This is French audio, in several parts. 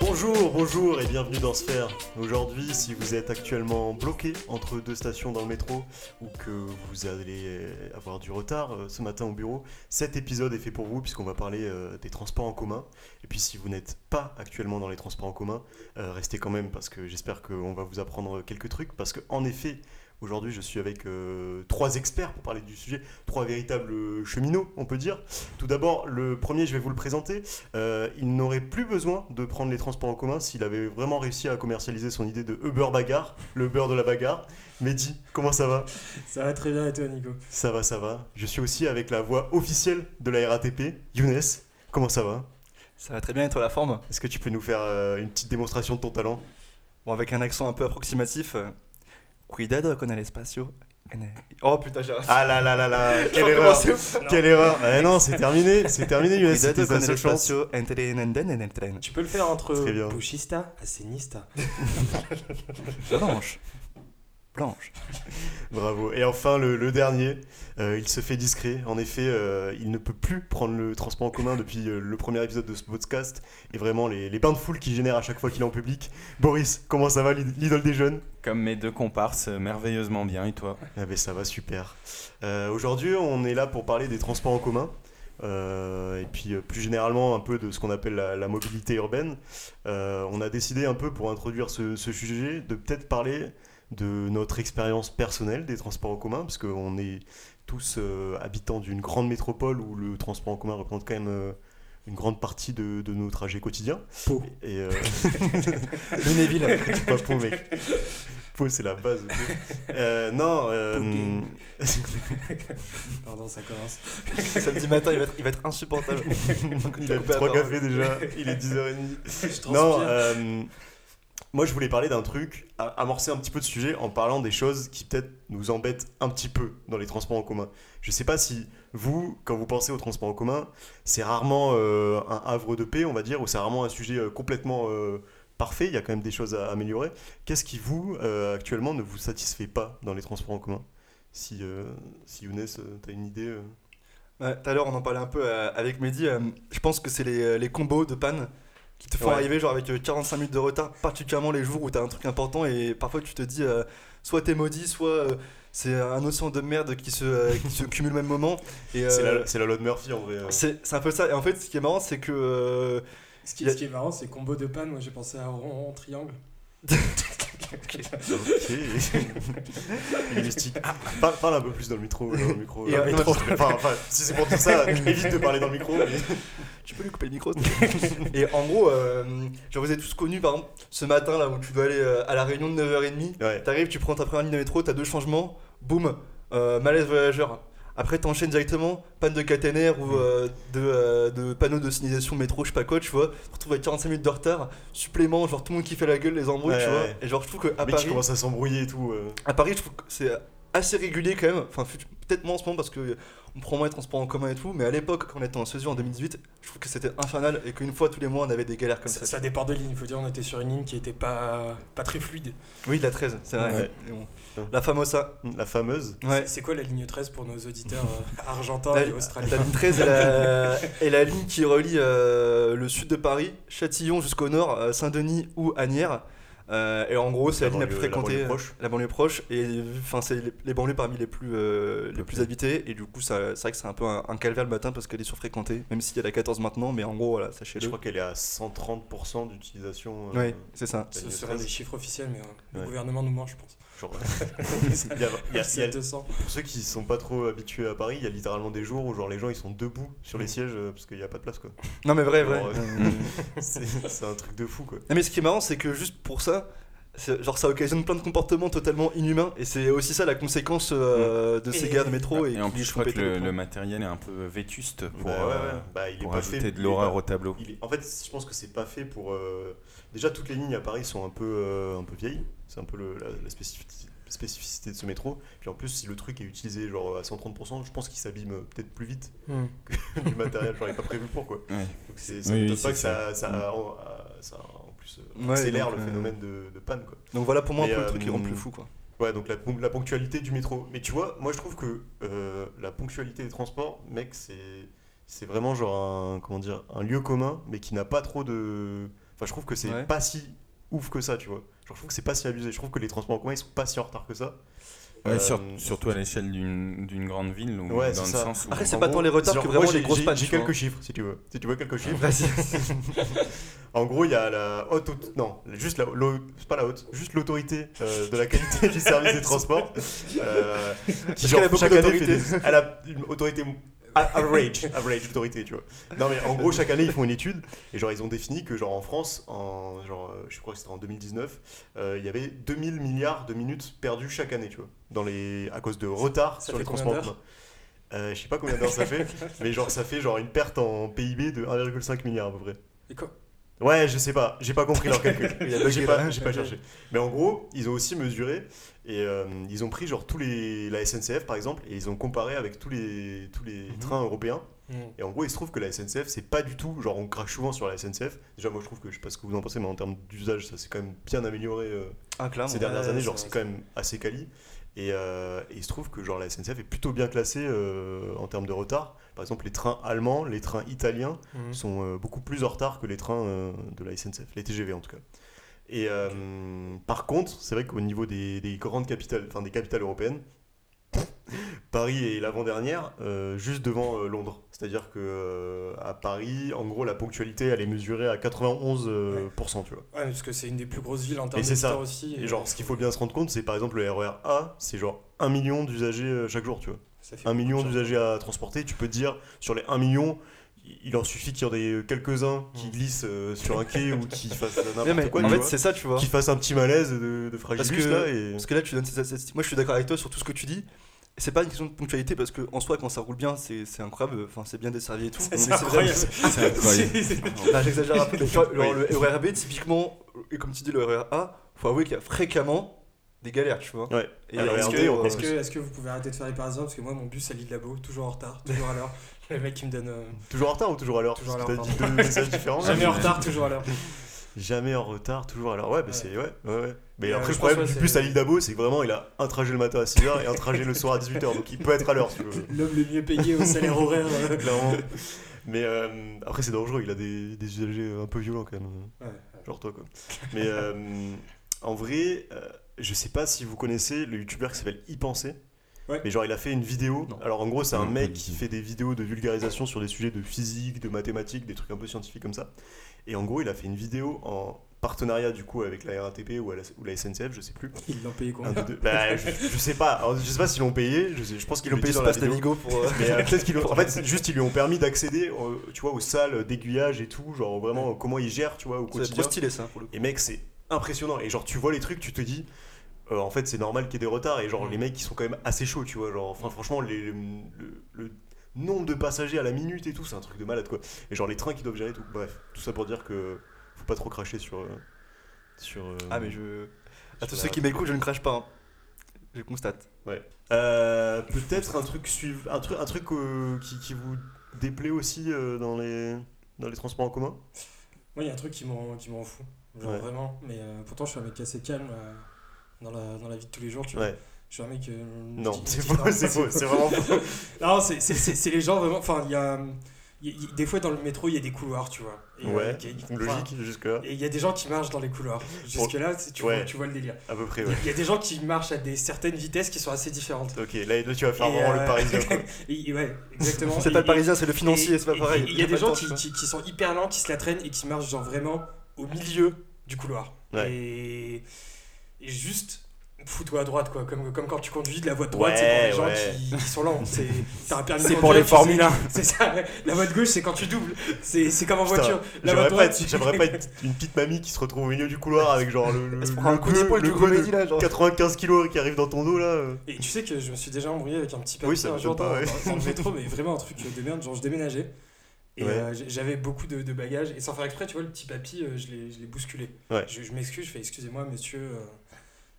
Bonjour, bonjour et bienvenue dans Sphère. Aujourd'hui, si vous êtes actuellement bloqué entre deux stations dans le métro ou que vous allez avoir du retard euh, ce matin au bureau, cet épisode est fait pour vous puisqu'on va parler euh, des transports en commun. Et puis si vous n'êtes pas actuellement dans les transports en commun, euh, restez quand même parce que j'espère qu'on va vous apprendre quelques trucs parce que en effet, aujourd'hui, je suis avec euh, trois experts pour parler du sujet, trois véritables euh, cheminots, on peut dire. Tout d'abord, le premier, je vais vous le présenter. Euh, il n'aurait plus besoin de prendre les transports en commun s'il avait vraiment réussi à commercialiser son idée de Uber bagarre, le beurre de la bagarre. Mehdi, comment ça va Ça va très bien et toi Nico Ça va, ça va. Je suis aussi avec la voix officielle de la RATP, Younes. Comment ça va Ça va très bien et toi la forme Est-ce que tu peux nous faire euh, une petite démonstration de ton talent Bon avec un accent un peu approximatif. euh, Cuidado con el espacio. en el- Oh putain j'ai raté. Ah là là là là Quelle J'ai erreur recommencé au fond. Quelle erreur Eh non, c'est terminé, c'est terminé, Younes. C'était Cuidado con ta el seule chance. espacio entre en anden en el tren. Tu peux le faire entre Très bien. bouchista, ah, assénista. Blanche. Blanche. Bravo. Et enfin, le, le dernier, euh, il se fait discret. En effet, euh, il ne peut plus prendre le transport en commun depuis euh, le premier épisode de ce podcast et vraiment les, les bains de foule qu'il génère à chaque fois qu'il est en public. Boris, comment ça va, l'id- l'idole des jeunes Comme mes deux comparses, euh, merveilleusement bien, et toi Ah ben ça va super. Euh, Aujourd'hui, on est là pour parler des transports en commun. euh, et puis euh, plus généralement un peu de ce qu'on appelle la, la mobilité urbaine. Euh, on a décidé un peu pour introduire ce, ce sujet de peut-être parler de notre expérience personnelle des transports en commun, parce qu'on est tous euh, habitants d'une grande métropole où le transport en commun représente quand même euh, une grande partie de, de nos trajets quotidiens. Pau. Et, euh, Lunéville. c'est pas Pau, mec. Pau, c'est la base. de tout. Euh, non. euh, Pardon, ça commence. Samedi matin il va être, il va être insupportable. Il a Coupé à trois parole. cafés déjà, il est 10h30. Je transpire. Non, euh, moi je voulais parler d'un truc, a- amorcer un petit peu de sujet en parlant des choses qui peut-être nous embêtent un petit peu dans les transports en commun. Je sais pas si vous, quand vous pensez aux transports en commun, c'est rarement euh, un havre de paix, on va dire, ou c'est rarement un sujet euh, complètement euh, parfait, il y a quand même des choses à améliorer. Qu'est-ce qui vous, euh, actuellement, ne vous satisfait pas dans les transports en commun si, euh, si Younes, euh, t'as une idée euh, Ouais, Tout à l'heure on en parlait un peu euh, avec Mehdi. euh, je pense que c'est les, euh, les combos de panne qui te font Ouais. arriver genre avec euh, 45 minutes de retard, particulièrement les jours où t'as un truc important et parfois tu te dis euh, soit t'es maudit, soit euh, c'est un océan de merde qui se, euh, qui se cumule au même moment. Et, euh, C'est la, c'est la loi de Murphy en vrai. euh. C'est c'est un peu ça. Et en fait, ce qui est marrant, c'est que. euh, Ce, qui, y a- ce qui est marrant, c'est combo de panne. Moi j'ai pensé à rond, rond, triangle. Ok. Il est mystique. Parle, parle un peu plus dans le micro. dans le micro, Ah, Et dans le euh, micro. non, Enfin, enfin, si c'est pour dire ça, évite de parler dans le micro. mais- Tu peux lui couper le micro s'il te plaît Et en gros, euh, genre, vous êtes tous connus, par exemple, ce matin là où tu dois aller euh, à la réunion de 9h30. Ouais. T'arrives, tu prends ta première ligne de métro, t'as deux changements, boum, euh, malaise voyageur. Après, t'enchaînes directement, panne de caténaire ou euh, de, euh, de panneau de signalisation métro, je sais pas quoi, tu vois. Tu te retrouves avec 45 minutes de retard, supplément, genre tout le monde qui fait la gueule, les embrouilles, Ouais, tu vois. ouais. Et genre, je trouve que à Mais Paris. qui commence à s'embrouiller et tout. euh. À Paris, je trouve que c'est assez régulier quand même. Enfin, fut- peut-être moins en ce moment parce que on prend moins les transports en commun et tout. Mais à l'époque, quand on était en CESU en 2018, je trouve que c'était infernal et qu'une fois tous les mois, on avait des galères comme Ça, ça. ça dépend des lignes. Faut dire, on était sur une ligne qui était pas, pas très fluide. Oui, de la 13, c'est vrai. Ouais. Mais bon. Ouais. La famosa. La fameuse. Ouais. C'est quoi la ligne 13 pour nos auditeurs euh, argentins La- et australiens La ligne 13 est la, est la ligne qui relie euh, le sud de Paris, Châtillon jusqu'au nord, euh, Saint-Denis ou Agnières. Euh, et en gros, c'est la, La ligne la plus banlieue- Ah, la fréquentée, banlieue euh, proche. la banlieue proche, et enfin c'est les, les banlieues parmi les plus euh, les plus Peuplées. habitées. Et du coup, ça- c'est vrai que c'est un peu un, un calvaire le matin parce qu'elle est surfréquentée, même s'il y a la 14 maintenant. Mais en gros, voilà, Je sachez-le. crois qu'elle est à 130% d'utilisation. euh, Ouais, c'est ça. la Ce ligne seraient 13. des chiffres officiels, mais euh, le Ouais. gouvernement nous ment, je pense. Genre, il y a- il y a- il y a- 200. pour ceux qui sont pas trop habitués à Paris, il y a littéralement des jours où genre les gens ils sont debout sur les Mm. sièges euh, parce qu'il n'y a pas de place quoi. Non, mais vrai, vrai. Genre, Euh, C'est c'est un truc de fou quoi. Non, mais ce qui est marrant, c'est que juste pour ça, c'est- genre ça occasionne plein de comportements totalement inhumains, et c'est aussi ça la conséquence Mm. euh, de ces Et- gars de métro. Et en qui plus, je font crois que péter le, les plombs. le matériel est un peu vétuste pour, Bah ouais, euh, ouais. Bah, il est pour pas ajouter fait- de il est l'horreur pas- au tableau. Il est- En fait, je pense que c'est pas fait pour. euh, Déjà, toutes les lignes à Paris sont un peu, euh, un peu vieilles. C'est un peu le- la, la spécifici- spécificité de ce métro. Puis en plus, si le truc est utilisé genre à 130%, je pense qu'il s'abîme euh, peut-être plus vite Hmm. que du matériel. Genre, il est pas prévu pour quoi. Ouais. Donc, c'est- ça Oui, ne oui, doute pas c'est que ça, ça, en, euh, ça, en plus euh, Ouais, accélère donc, le euh, phénomène de, de panne quoi. Donc voilà pour moi un Mais, peu le euh, truc qui rend hum, plus fou quoi. Ouais, donc la, pon- la ponctualité du métro. Mais tu vois, moi je trouve que euh, la ponctualité des transports, mec, c'est c'est vraiment genre un comment dire un lieu commun, mais qui n'a pas trop de Enfin, je trouve que c'est Ouais. pas si ouf que ça, tu vois. Genre, je trouve que c'est pas si abusé. Je trouve que les transports en commun, ils sont pas si en retard que ça. Ouais, Euh, sur- surtout à l'échelle d'une d'une grande ville ou Ouais, dans le c'est ça. sens où Après, c'est En pas gros, tant les retards genre, que moi, vraiment j'ai- les grosses j'ai- pannes. J'ai tu vois. quelques chiffres, si tu veux. Si tu veux quelques chiffres. Vas-y. En gros, il y a la haute, auto- non, juste la, l'au- c'est pas la haute, juste l'autorité euh, de la qualité du service des transports, euh, qui Parce genre, qu'elle a beaucoup chaque année fait d'autorité. des- elle a une autorité a- average, average autorité, tu vois. Non mais en gros, chaque année ils font une étude et genre ils ont défini que genre en France, en genre euh, je crois que c'était en 2019, euh, il y avait 2000 milliards de minutes perdues chaque année, tu vois, dans les à cause de retard Ça sur fait les combien transports. en d'heures commun. Euh, je sais pas combien d'heures ça fait, mais genre ça fait genre une perte en PIB de 1,5 milliard à peu près. Et quoi Ouais, je sais pas, j'ai pas compris leur calcul. Il a bugué, j'ai pas, là. j'ai pas cherché. Mais en gros, ils ont aussi mesuré et euh, ils ont pris genre tous les la SNCF par exemple et ils ont comparé avec tous les tous les Mhm. trains européens. Hmm. Et en gros, il se trouve que la SNCF c'est pas du tout genre on crache souvent sur la SNCF. Déjà, moi je trouve que je sais pas ce que vous en pensez, mais en termes d'usage, ça s'est quand même bien amélioré euh, Ah, clairement. ces dernières ouais, années. c'est Genre vrai, c'est c'est quand même assez quali. Et, euh, et il se trouve que genre la SNCF est plutôt bien classée euh, en termes de retard. Par exemple, les trains allemands, les trains italiens Hmm. sont euh, beaucoup plus en retard que les trains euh, de la SNCF, les TGV en tout cas. Et euh, par contre, c'est vrai qu'au niveau des, des grandes capitales, enfin des capitales européennes, Paris est l'avant-dernière, euh, juste devant euh, Londres. C'est-à-dire que euh, à Paris, en gros, la ponctualité, elle est mesurée à 91%, euh, pourcent, tu vois. Ouais, parce que c'est une des plus grosses villes en termes c'est ça. d'habitants aussi. Et genre, ce qu'il faut bien se rendre compte, c'est par exemple le RER A, c'est genre 1 million d'usagers euh, chaque jour, tu vois. ça fait Un beaucoup de million gens. d'usagers à transporter, tu peux te dire sur les 1 million, il- il en suffit qu'il y en ait quelques-uns qui Mm. glissent euh, sur un quai ou qui fassent Ouais, mais n'importe quoi, en tu fait, vois, c'est ça, tu vois. qui fassent un petit malaise de, de fragilus Parce que- là et... Parce que là, tu donnes ces statistiques. Moi, je suis d'accord avec toi sur tout ce que tu dis. Et C'est pas une question de ponctualité parce que en soi, quand ça roule bien, c'est c'est incroyable. Enfin, c'est bien desservi et tout. Mais C'est c'est vrai- incroyable. C'est incroyable. Bah, J'exagère un peu. mais tu vois, genre, Oui. le RER B, typiquement, et comme tu dis, le RER A, faut avouer qu'il y a fréquemment des galères, tu vois. Ouais. Ah, Et Alors, est-ce RER que- D, on euh, Est-ce que, est-ce que vous pouvez arrêter de faire les parisiens Parce que moi, mon bus à l'île Labo, toujours en retard, toujours à l'heure. Le mec qui me donne. euh, Toujours en retard ou toujours à l'heure Toujours à Parce que l'heure, t'as dit deux messages différents. là. Jamais en retard, toujours à l'heure. Jamais en retard, toujours à l'heure. Ouais, bah Ouais. c'est. Ouais, ouais, ouais. Mais Et, euh, après, le je problème pense, ouais, du c'est- bus à l'île d'Abo, c'est que vraiment, il a un trajet le matin à 6h et un trajet le soir à 18h. Donc il peut être à l'heure, si tu veux. L'homme le mieux payé au salaire horaire. euh. Clairement. Mais euh, après, c'est dangereux, il a des, des usagers un peu violents quand même. Ouais, ouais. Genre toi, quoi. Mais euh, en vrai, euh, je sais pas si vous connaissez le youtubeur qui s'appelle Y Penser. Ouais. Mais genre, il a fait une vidéo. Non. Alors en gros, c'est un Non, pas mec du qui tout. fait des vidéos de vulgarisation sur des sujets de physique, de mathématiques, des trucs un peu scientifiques comme ça. Et en gros, il a fait une vidéo en partenariat du coup avec la RATP ou, à la, ou la SNCF, je sais plus. Ils l'ont payé Un combien des deux. Bah, je, je sais pas. Alors, je sais pas s'ils l'ont payé. Je, sais- je pense qu'ils Ils l'ont ont payé payé ce dans la passe vidéo. Navigo pour. euh, Mais euh, peut-être qu'ils l'ont- En fait, c'est juste ils lui ont permis d'accéder, euh, tu vois, aux salles d'aiguillage et tout, genre vraiment euh, comment ils gèrent, tu vois, au C'est quotidien. trop stylé, ça, pour le coup. Et mec, c'est impressionnant. Et genre, tu vois les trucs, tu te dis, euh, en fait, c'est normal qu'il y ait des retards. Et genre, les mecs, ils sont quand même assez chauds, tu vois. Genre, enfin, franchement, les- le, le nombre de passagers à la minute et tout, c'est un truc de malade, quoi. Et genre, les trains qui doivent gérer et tout. Bref, tout ça pour dire que faut pas trop cracher sur. euh, sur euh, Ah, mais je. À sur tous la- ceux qui m'écoutent, je ne crache pas. hein. Je constate. Euh, Peut-être un truc, suiv- un truc, un truc euh, qui, qui vous déplaît aussi euh, dans, les, dans les transports en commun Moi, il y a un truc qui m'en qui m'en fout. Genre Ouais. vraiment. Mais euh, pourtant, je suis un mec assez calme euh, dans, la, dans la vie de tous les jours, tu vois. Ouais. Je suis un mec. euh, Non, qui- c'est qui- faux, non, c'est faux, c'est vraiment faux. Non, c'est- c'est c'est- c'est les gens vraiment. Enfin, il y a. il y- il- des fois, dans le métro, il y a des couloirs, tu vois. Et, euh, Ouais, il y a- enfin, logique jusque-là, Et il y a des gens qui marchent dans les couloirs. Jusque-là, c'est- tu, Ouais. vois, tu vois le délire. à peu près, Il y a- ouais. il y a des gens qui marchent à des certaines vitesses qui sont assez différentes. Ok, là, là, tu vas faire Et, vraiment euh, le parisien, quoi. Et- et ouais, exactement. C'est Et- pas le et- parisien, c'est le financier, et- c'est pas et- pareil. et Il y a pas des le gens temps, qui, tu vois. qui- qui sont hyper lents, qui se la traînent et qui marchent genre vraiment au milieu du couloir. Ouais. Et, et juste fous-toi à droite quoi, comme, comme quand tu conduis de la voie de droite, c'est pour les Ouais, gens ouais. qui, qui sont lents. C'est t'as un permis de C'est conduire, pour les tu sais. Formule 1. C'est ça. La voie de gauche c'est quand tu doubles. C'est c'est comme en Putain, voiture. La J'aimerais voie de pas, droite. être, tu- j'aimerais pas être une petite mamie qui se retrouve au milieu du couloir avec genre le, le, Elle se prend un le coup gueux- d'épaule le du gueux de comédie là, genre. 95 kilos qui arrive dans ton dos là. euh. Et tu sais que je me suis déjà embrouillé avec un petit papier Oui, ça un m'étonne jour dans, pas, ouais. dans- dans le métro, mais vraiment un truc de merde. Genre, je déménageais et Ouais. euh, j- j'avais beaucoup de, de bagages. Et sans faire exprès, tu vois, le petit papy, euh, je l'ai je l'ai bousculé. Ouais. Je, je m'excuse, je fais excusez-moi, monsieur. euh,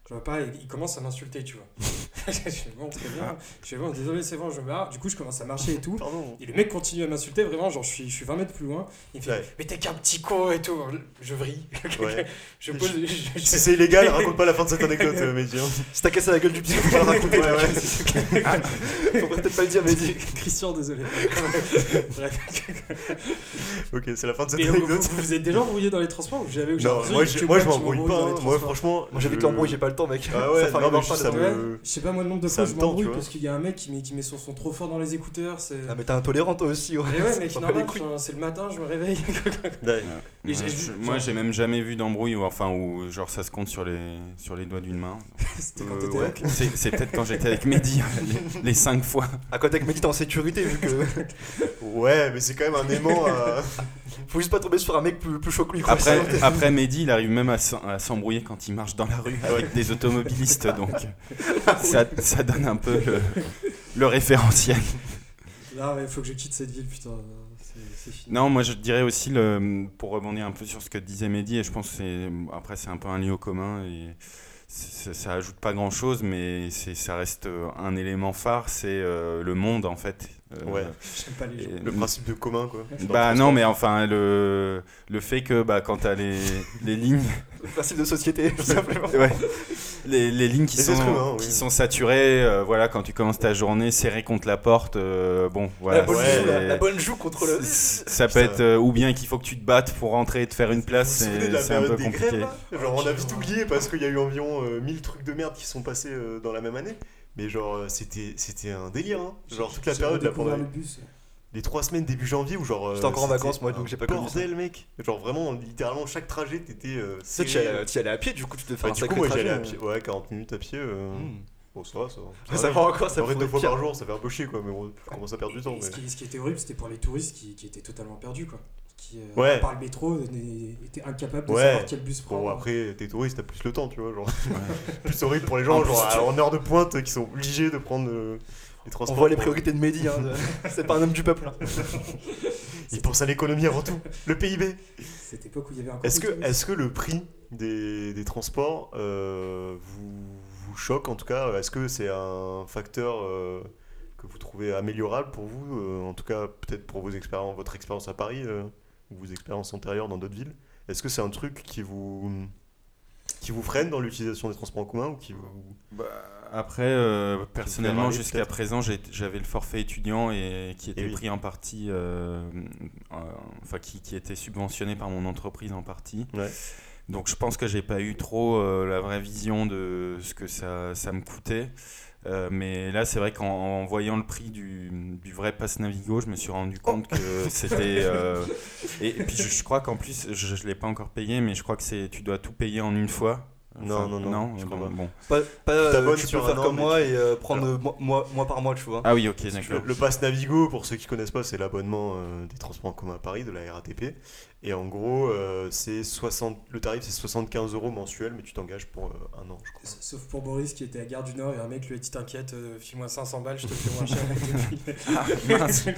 Je vois pas, il, il commence à m'insulter, tu vois. je fais bon, très bien. Je fais bon, désolé, c'est bon, je me barre. Du coup, je commence à marcher et tout. Pardon. Et le mec continue à m'insulter, vraiment, genre je suis, je suis 20 mètres plus loin. Il me fait Ouais. Mais t'es qu'un petit con et tout. Je vrille. Ouais. je pose. je- je- Si c'est illégal, raconte pas la fin de cette anecdote, euh, Mehdi, hein. Si t'as cassé la gueule du pied, faut pas le raconter. Ouais, ouais. Faut peut-être pas le dire, mais dis. Christian, désolé. Bref. Ok, c'est la fin de cette Mais vous, vous, anecdote. vous êtes déjà embrouillé dans les transports ou j'avais Non, moi je moi, je m'embrouille pas. hein. Moi, franchement. Moi, j'avais je- que l'embrouille, j'ai pas le temps, mec. Ah ouais, Ça fait non, un mais enfant juste, de- ça me. Je sais pas moi le nombre de Ça fois me je tente, tu m'embrouille vois. parce qu'il y a un mec qui met, qui met son son trop fort dans les écouteurs. C'est... Ah, mais t'es intolérant, toi aussi, ouais. Mais ouais, mec, Ça me fait normal, des couilles. enfin, c'est le matin, je me réveille. Ouais. Et j'ai- Ouais, j'ai- je- moi, j'ai même jamais vu d'embrouille où, enfin, où genre ça se compte sur les, sur les doigts d'une main. C'était quand Euh, t'étais ouais. avec. C'est c'est peut-être quand j'étais avec Mehdi, les- les cinq fois. hein. À côté avec Mehdi, t'es en sécurité, vu que. Ouais, mais c'est quand même un aimant à. Faut juste pas tomber sur un mec plus, plus chaud que lui, quoi. Après, C'est- après Mehdi, il arrive même à s'en- à s'embrouiller quand il marche dans la rue avec des automobilistes, donc ça, ça donne un peu le, le référentiel. Là, ouais, faut que je quitte cette ville, putain. C'est, c'est fini. Non, moi je dirais aussi, le, pour rebondir un peu sur ce que disait Mehdi, et je pense que c'est- après c'est un peu un lieu commun, et c'est- ça ajoute pas grand chose, mais c'est- ça reste euh, un élément phare, c'est euh, le monde en fait. Euh, Ouais. J'aime pas les gens. et- Le principe de commun, quoi. Bah non, mais enfin, le, le fait que bah, quand t'as les, les lignes Le principe de société, tout simplement. Ouais. Les, les lignes qui Les sont, êtres humains, oui. qui sont saturées, euh, voilà, quand tu commences ta journée, serré contre la porte, euh, bon, voilà. la, bonne ouais, c'est- joue, la, la bonne joue contre le. c'est- Ça peut Putain. être euh, ou bien qu'il faut que tu te battes pour rentrer et te faire une place, Vous vous souvenez de c'est la c'est un période peu des compliqué. grèves là Genre, on a vite oublié parce qu'il y a eu environ euh, 1000 trucs de merde qui sont passés euh, dans la même année. Mais genre, euh, c'était c'était un délire, hein. Genre, toute la J'ai période, là, redécouvert pendant le bus. les 3 semaines début janvier, où genre. euh, J'étais encore en c'était vacances, moi, donc un j'ai pas connu ça. Bordel, mec Genre, vraiment, littéralement, chaque trajet, t'étais. euh, Tu sais, serré, tu y euh. allais- tu y allais à pied, du coup, tu devais Enfin, faire un du coup, sacré moi, j'allais trajet, à ouais. pied. Ouais, 40 minutes à pied. euh, Hmm. Bon, ça va, ça va. Ah, Ça va encore, ça Ça pourrait deux être fois pire. par jour, ça fait un peu chier, quoi. Mais bon, je commence à perdre du temps. Et mais- ce, qui, ce qui était horrible, c'était pour les touristes qui, qui étaient totalement perdus, quoi. Qui, euh, Ouais. par le métro, n- étaient incapables de Ouais. savoir quel bus prendre. hein. Bon, après, t'es touriste, t'as plus le temps, tu vois. Genre, plus horrible pour les gens, En plus, genre, tu- à- en heure de pointe, euh, qui sont obligés de prendre euh, les On transports. voit les pour- priorités de Mehdi, hein, de- c'est pas un homme du peuple. hein. Ils pensent à l'économie avant tout, le PIB. Cette époque où il y avait encore. Est-ce des que, touristes. est que le prix des, des transports euh, vous, vous choque en tout cas euh, Est-ce que c'est un facteur euh, que vous trouvez améliorable pour vous euh, En tout cas, peut-être pour vos expériences, votre expérience à Paris euh, ou vos expériences antérieures dans d'autres villes. Est-ce que c'est un truc qui vous qui vous freine dans l'utilisation des transports en commun ou qui vous Bah, après, euh, personnellement, Ferrari, jusqu'à peut-être. présent, j'ai- j'avais le forfait étudiant et qui était Eh oui. pris en partie, euh, euh, enfin qui, qui était subventionné par mon entreprise en partie. Ouais. Donc je pense que j'ai pas eu trop euh, la vraie vision de ce que ça, ça me coûtait. Euh, mais là, c'est vrai qu'en en voyant le prix du, du vrai pass Navigo, je me suis rendu compte Oh. que c'était. euh, et, et puis, je, je crois qu'en plus, je ne l'ai pas encore payé, mais je crois que c'est tu dois tout payer en une fois. Non, non, non, je bon, crois pas. bon. Pas, pas euh, T'abonnes tu peux sur un faire an, comme mais moi et euh, prendre euh, mois, mois- mois par mois, tu vois. Ah oui, ok, Le, d'accord. le pass Navigo, pour ceux qui connaissent pas, c'est l'abonnement euh, des transports en commun à Paris, de la RATP. Et en gros, euh, c'est 60, le tarif c'est 75 euros mensuels, mais tu t'engages pour euh, un an, je crois. Sauf pour Boris qui était à Gare du Nord et un mec lui a dit T'inquiète, euh, file-moi 500 balles, je te fais moins Ah, cher.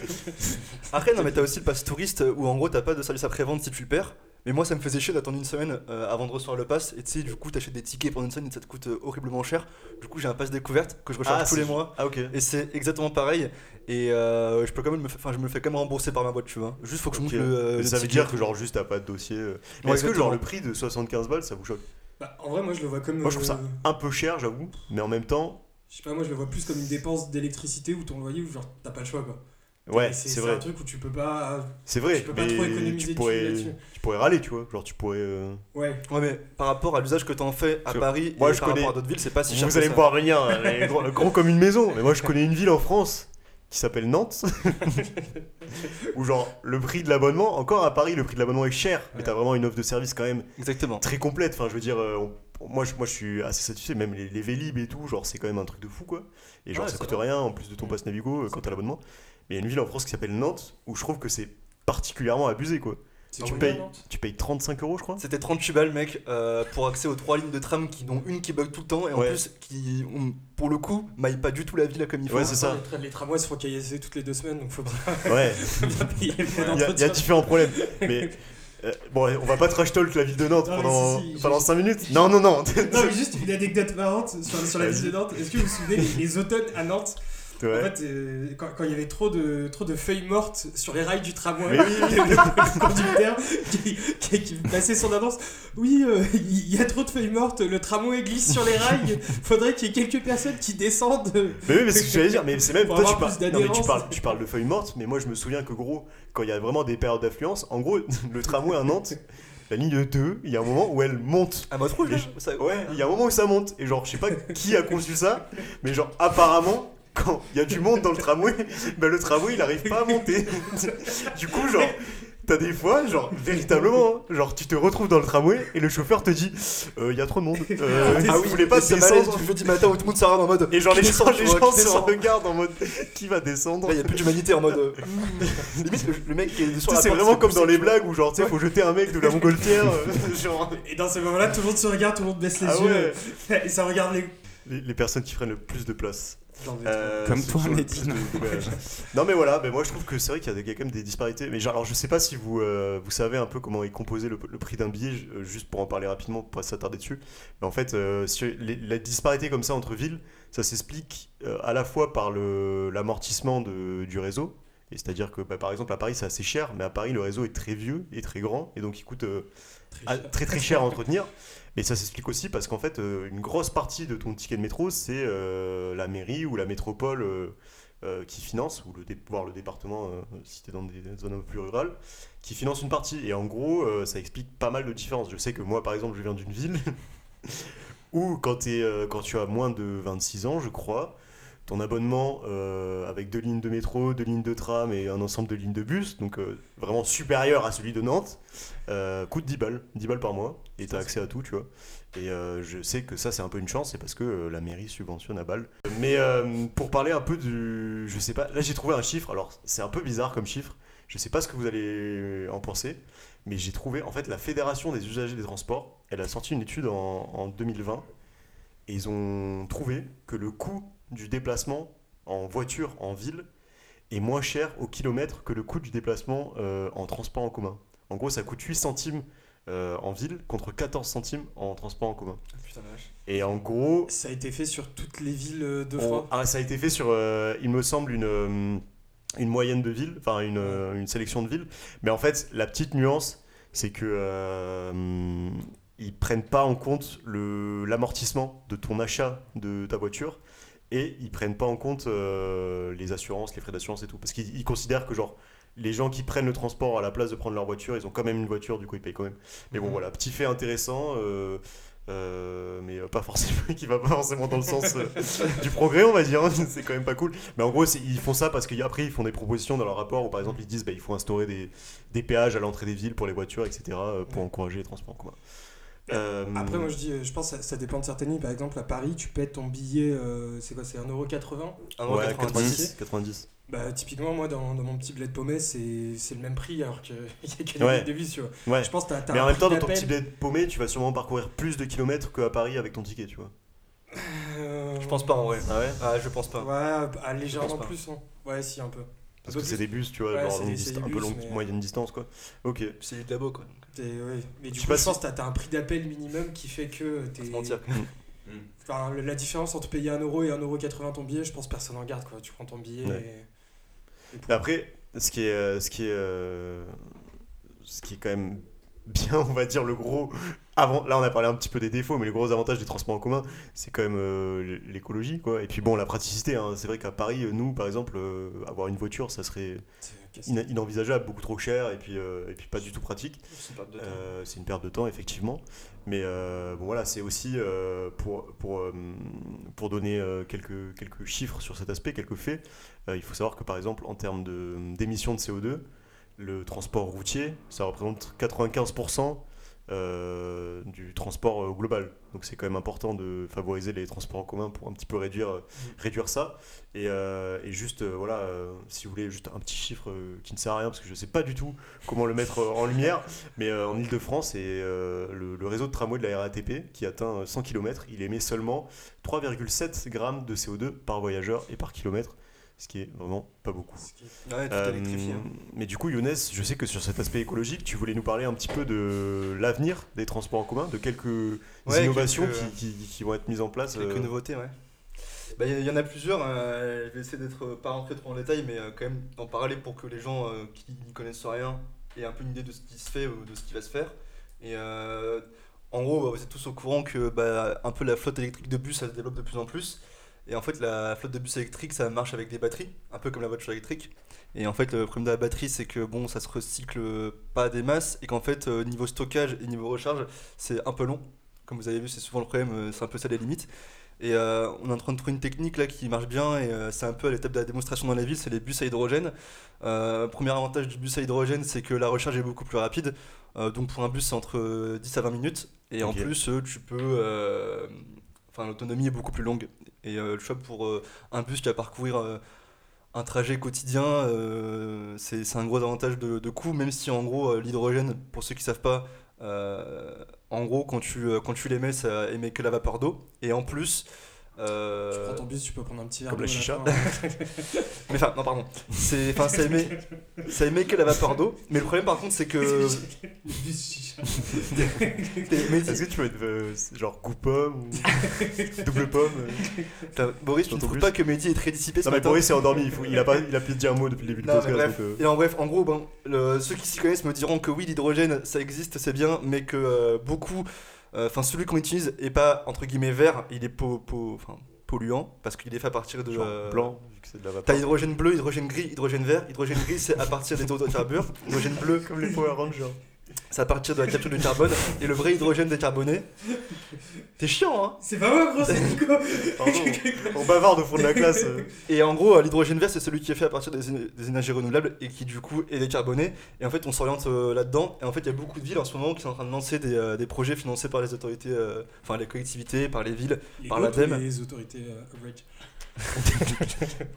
Après, non, mais t'as aussi le pass touriste où en gros t'as pas de service après-vente si tu le perds. Mais moi, ça me faisait chier d'attendre une semaine euh, avant de recevoir le pass. Et tu sais, du coup, t'achètes des tickets pendant une semaine et ça te coûte euh, horriblement cher. Du coup, j'ai un pass découverte que je recharge Ah, tous c'est- les mois. Ah, ok. Et c'est exactement pareil. Et euh, je peux quand même me, fa- enfin, je me le fais quand même rembourser par ma boîte, tu vois. Juste faut que je Ok. monte le. euh, Mais le ça veut ticket. dire que genre juste t'as pas de dossier. euh. Mais Ouais, Est-ce que genre exactement. le prix de 75 balles ça vous choque Bah, en vrai, moi je le vois comme. Moi, je trouve ça- euh, Un peu cher j'avoue, mais en même temps, Je sais pas, moi je le vois plus comme une dépense d'électricité ou ton loyer où genre t'as pas le choix quoi. ouais Et c'est C'est vrai, un truc où tu peux pas. c'est vrai. tu peux pas trop Mais économiser tu dessus, pourrais, là-dessus. tu pourrais râler tu vois, genre tu pourrais. euh, Ouais. Ouais, mais par rapport à l'usage que t'en fais à Parce que Paris moi, et je par connais- rapport à d'autres villes, c'est pas si cher. Vous que allez ça. me voir venir, euh, les gros, gros comme une maison. Mais moi, je connais une ville en France qui s'appelle Nantes. Où, genre, le prix de l'abonnement, encore à Paris, le prix de l'abonnement est cher. Mais t'as vraiment une offre de service quand même Exactement. très complète. Enfin, je veux dire, euh, on- moi, je, moi, je suis assez satisfait. Même les, les Vélib et tout, genre, c'est quand même un truc de fou, quoi. Et genre, Ouais, ça c'est Mm. coûte rien en plus de ton pass Navigo euh, quand t'as l'abonnement. Mais il y a une ville en France qui s'appelle Nantes où je trouve que c'est particulièrement abusé, quoi. C'est Tu combien, payes, non tu payes 35 euros, je crois. Oh. C'était 38 balles, mec, euh, pour accès aux trois lignes de tram, qui, dont une qui bug tout le temps, et en Ouais. plus, qui, on- pour le coup, maille pas du tout la ville comme il faut. Ouais, c'est ça. Les, tra- les tramways se font caillasser toutes les deux semaines donc faut bien, Ouais. faut bien payer les frais Il y, a- il y a d'entretien. différents problèmes. Mais Euh, bon, on va pas trash talk la ville de Nantes Non, mais pendant, si, si, pendant je- 5 minutes. Non, non, non. Non, mais juste une anecdote marrante sur, sur la Vas-y. ville de Nantes. Est-ce que vous vous souvenez les, les automnes à Nantes En Ouais. fait, euh, quand, quand il y avait trop de, trop de feuilles mortes sur les rails du tramway, Mais oui, il y avait le conducteur qui, qui, qui passait son annonce Oui, euh, il y a trop de feuilles mortes, le tramway glisse sur les rails, faudrait qu'il y ait quelques personnes qui descendent. Mais oui, mais c'est ce que j'allais dire, mais c'est même Pour toi, tu, avoir parles- plus non, mais tu, d'adhérence. parles, tu parles de feuilles mortes, mais moi je me souviens que gros, quand il y a vraiment des périodes d'affluence, en gros, le tramway à Nantes, la ligne 2, il y a un moment où elle monte. À mode rouge, là hein, ça- Ouais, il y a un moment où ça monte, et genre, je sais pas qui a conçu ça, mais genre, apparemment. Quand il y a du monde dans le tramway, bah le tramway il arrive pas à monter. du coup, genre, t'as des fois, genre, véritablement, hein, genre, tu te retrouves dans le tramway et le chauffeur te dit Euh, Il y a trop de monde. Euh, Ah vous oui, voulez pas c'est descendre malaise du jeudi matin où tout le monde s'arrête en mode. Et genre, les Qui gens, descend, les tu vois, gens qui se descend regardent en mode qui va descendre Là, il n'y a plus d'humanité en mode. euh, hmm. Limite, le, le mec qui est sur Tu sais, la C'est porte, vraiment il comme fait dans les pousser, blagues où genre, tu sais, faut jeter un mec de la montgolfière. euh, genre, Et dans ce moment-là, tout le monde se regarde, tout le monde baisse les Ah yeux, et ça regarde les. les, les personnes qui prennent le plus de place. Dans le Euh, Comme ce toi, sont le Mehdi. plus de- de voyages. non, mais voilà, mais moi je trouve que c'est vrai qu'il y a des- il y a quand même des disparités. Mais genre, alors je sais pas si vous, euh, vous savez un peu comment est composé le, le prix d'un billet, je- euh, juste pour en parler rapidement, pour pas s'attarder dessus. Mais en fait, euh, si- les- la disparité comme ça entre villes, ça s'explique euh, à la fois par le- l'amortissement de- du réseau. Et C'est-à-dire que bah, par exemple à Paris c'est assez cher, mais à Paris le réseau est très vieux et très grand, et donc il coûte euh, à- très très cher à entretenir. Mais ça s'explique aussi parce qu'en fait, euh, une grosse partie de ton ticket de métro, c'est euh, la mairie ou la métropole euh, euh, qui finance, ou le dé- voire le département, euh, si t'es dans des zones un peu plus rurales, qui finance une partie. Et en gros, euh, ça explique pas mal de différences. Je sais que moi, par exemple, je viens d'une ville où quand, t'es, euh, quand tu as moins de 26 ans, je crois, ton abonnement euh, avec deux lignes de métro, deux lignes de tram et un ensemble de lignes de bus, donc euh, vraiment supérieur à celui de Nantes, euh, coûte 10 balles, 10 balles par mois, et t'as accès à tout, tu vois. Et euh, je sais que ça, c'est un peu une chance, c'est parce que euh, la mairie subventionne à balles. Mais euh, pour parler un peu du. Je sais pas, là j'ai trouvé un chiffre, alors c'est un peu bizarre comme chiffre, je sais pas ce que vous allez en penser, mais j'ai trouvé, en fait, la Fédération des usagers des transports, elle a sorti une étude en, en 2020, et ils ont trouvé que le coût du déplacement en voiture en ville est moins cher au kilomètre que le coût du déplacement euh, en transport en commun. En gros, ça coûte 8 centimes euh, en ville contre 14 centimes en transport en commun. Putain, la vache. Et en gros, Ça a été fait sur toutes les villes euh, de on- France. ah, ça a été fait sur, euh, il me semble, une, euh, une moyenne de ville, enfin une, euh, une sélection de villes. Mais en fait, la petite nuance, c'est que euh, ils prennent pas en compte le- l'amortissement de ton achat de ta voiture et ils prennent pas en compte euh, les assurances, les frais d'assurance et tout. Parce qu'ils ils considèrent que genre les gens qui prennent le transport à la place de prendre leur voiture, ils ont quand même une voiture, du coup ils payent quand même. Mais bon Mhm. voilà, petit fait intéressant, euh, euh, mais euh, pas forcément qui va pas forcément dans le sens euh, du progrès, on va dire. hein. c'est quand même pas cool. Mais en gros, c'est- ils font ça parce qu'après ils font des propositions dans leur rapport où par exemple ils disent bah, il faut instaurer des, des péages à l'entrée des villes pour les voitures, etc. euh, pour Ouais. encourager les transports en commun. Euh, Après, moi je dis, euh, je pense que ça, ça dépend de certaines villes. Par exemple, à Paris, tu payes ton billet, euh, c'est quoi C'est 1,80€ Ah non, ouais, 90. 90. 90. Bah, typiquement, moi dans, dans mon petit blé de paumé, c'est c'est le même prix alors qu'il y a que des Ouais. villes de ville, tu vois. Ouais. Je pense que t'as- t'as Mais un en même prix temps, dans ton d'appel. petit bled paumé, tu vas sûrement parcourir plus de kilomètres qu'à Paris avec ton ticket, tu vois. Euh, Je pense pas en vrai. Ah ouais Ah, je pense pas. Ouais, bah, Je légèrement pense pas. plus. hein. Ouais, si, un peu. Parce Un que peu c'est plus. des bus, tu vois, Ouais, genre Bah, c'est longue des- dist- c'est des un peu bus, longue, mais- euh, moyenne distance, quoi. Ok. C'est du labo quoi. T'es- ouais. Mais du Je coup, sais pas je si- pense que t'as- t'as un prix d'appel minimum qui fait que Faut t'es. se mentir. hmm. Enfin, le- la différence entre payer 1€ et 1,80€ ton billet, je pense que personne en garde quoi. Tu prends ton billet Ouais. et. et Mais après, ce qui est, euh, ce qui est, euh, ce qui est quand même bien, on va dire le gros. Avant, là, on a parlé un petit peu des défauts, mais le gros avantage des transports en commun, c'est quand même euh, l- l'écologie, quoi. Et puis bon, la praticité. hein. C'est vrai qu'à Paris, euh, nous, par exemple, euh, avoir une voiture, ça serait Bah, c'est- qu'est-ce que- ina- inenvisageable, beaucoup trop cher, et puis, euh, et puis pas du tout pratique. C'est pas de temps. Euh, c'est une perte de temps, effectivement. Mais euh, bon, voilà, c'est aussi euh, pour, pour, euh, pour donner euh, quelques, quelques chiffres sur cet aspect, quelques faits. euh, il faut savoir que, par exemple, en termes de- d'émissions de, CO2, le transport routier, ça représente 95% euh, du transport euh, global. Donc c'est quand même important de favoriser les transports en commun pour un petit peu réduire, euh, réduire ça. Et, euh, et juste, euh, voilà, euh, si vous voulez, juste un petit chiffre euh, qui ne sert à rien, parce que je ne sais pas du tout comment le mettre euh, en lumière, mais euh, en Ile-de-France, et, euh, le, le réseau de tramway de la RATP, qui atteint euh, 100 km, il émet seulement 3,7 grammes de CO2 par voyageur et par kilomètre. ce qui est vraiment pas beaucoup. Ouais, tout Euh, électrifié. hein. mais du coup, Younes, je sais que sur cet aspect écologique, tu voulais nous parler un petit peu de l'avenir des transports en commun, de quelques Ouais, innovations quelques- qui, qui- qui vont être mises en place. Quelques euh, nouveautés, ouais. Bah, Il y, y en a plusieurs, euh, je vais essayer d'être euh, pas rentré trop en détail, mais euh, quand même d'en parler pour que les gens euh, qui n'y connaissent rien aient un peu une idée de ce qui se fait ou de ce qui va se faire. Et euh, en gros, bah, vous êtes tous au courant que bah, un peu la flotte électrique de bus, ça se développe de plus en plus. Et en fait, la flotte de bus électrique, ça marche avec des batteries, un peu comme la voiture électrique. Et en fait, le problème de la batterie, c'est que bon, ça se recycle pas des masses, et qu'en fait, euh, niveau stockage et niveau recharge, c'est un peu long. Comme vous avez vu, c'est souvent le problème, euh, c'est un peu ça les limites. Et euh, on est en train de trouver une technique là qui marche bien et euh, c'est un peu à l'étape de la démonstration dans la ville, c'est les bus à hydrogène. Euh, premier avantage du bus à hydrogène, c'est que la recharge est beaucoup plus rapide. Euh, donc pour un bus, c'est entre euh, 10 à 20 minutes. Et en Ok. plus, euh, tu peux... euh, Enfin, l'autonomie est beaucoup plus longue. Et euh, le choix pour euh, un bus qui va parcourir euh, un trajet quotidien, euh, c'est c'est un gros avantage de, de coût, même si en gros, euh, l'hydrogène, pour ceux qui savent pas, euh, en gros, quand tu, euh, quand tu l'émets, ça émet que la vapeur d'eau. Et en plus. euh, Tu prends ton bus, tu peux prendre un petit verre. Comme la d'eau à chicha. fin, hein. Mais enfin, non, pardon. C'est- Enfin, ça émet, ça émet que la vapeur d'eau. Mais le problème, par contre, c'est que. Le bus chicha. mais- Est-ce que tu veux être euh, genre coup pomme ou double pomme euh Putain, Boris, tu ne Dans ton trouves bus pas que Mehdi est très dissipé ce Non mais matin Boris s'est endormi, il, faut- il a pas, il a plus dit un mot depuis le début du Non, mais podcast. bref. donc, euh, Et en bref, en gros, ben, le- ceux qui s'y connaissent me diront que oui, l'hydrogène, ça existe, c'est bien, mais que euh, beaucoup, euh, enfin celui qu'on utilise est pas entre guillemets vert, il est po- po- enfin, polluant parce qu'il est fait à partir de genre euh, blanc, vu que c'est de la T'as vapeur. hydrogène bleu, hydrogène gris, hydrogène vert. Hydrogène gris, c'est à partir des hydrocarbures. Hydrogène bleu, Comme les Power Rangers. c'est à partir de la capture du carbone. Et le vrai hydrogène décarboné. T'es chiant, hein C'est pas moi, gros, c'est Nico. Pardon, on bavarde au fond de la classe. euh. Et en gros, euh, l'hydrogène vert, c'est celui qui est fait à partir des, éne- des énergies renouvelables et qui, du coup, est décarboné. Et en fait, on s'oriente euh, là-dedans. Et en fait, il y a beaucoup de villes en ce moment qui sont en train de lancer des, euh, des projets financés par les autorités, euh, enfin, les collectivités, par les villes. Les Par la gouttes ou thème. Les autorités euh, average.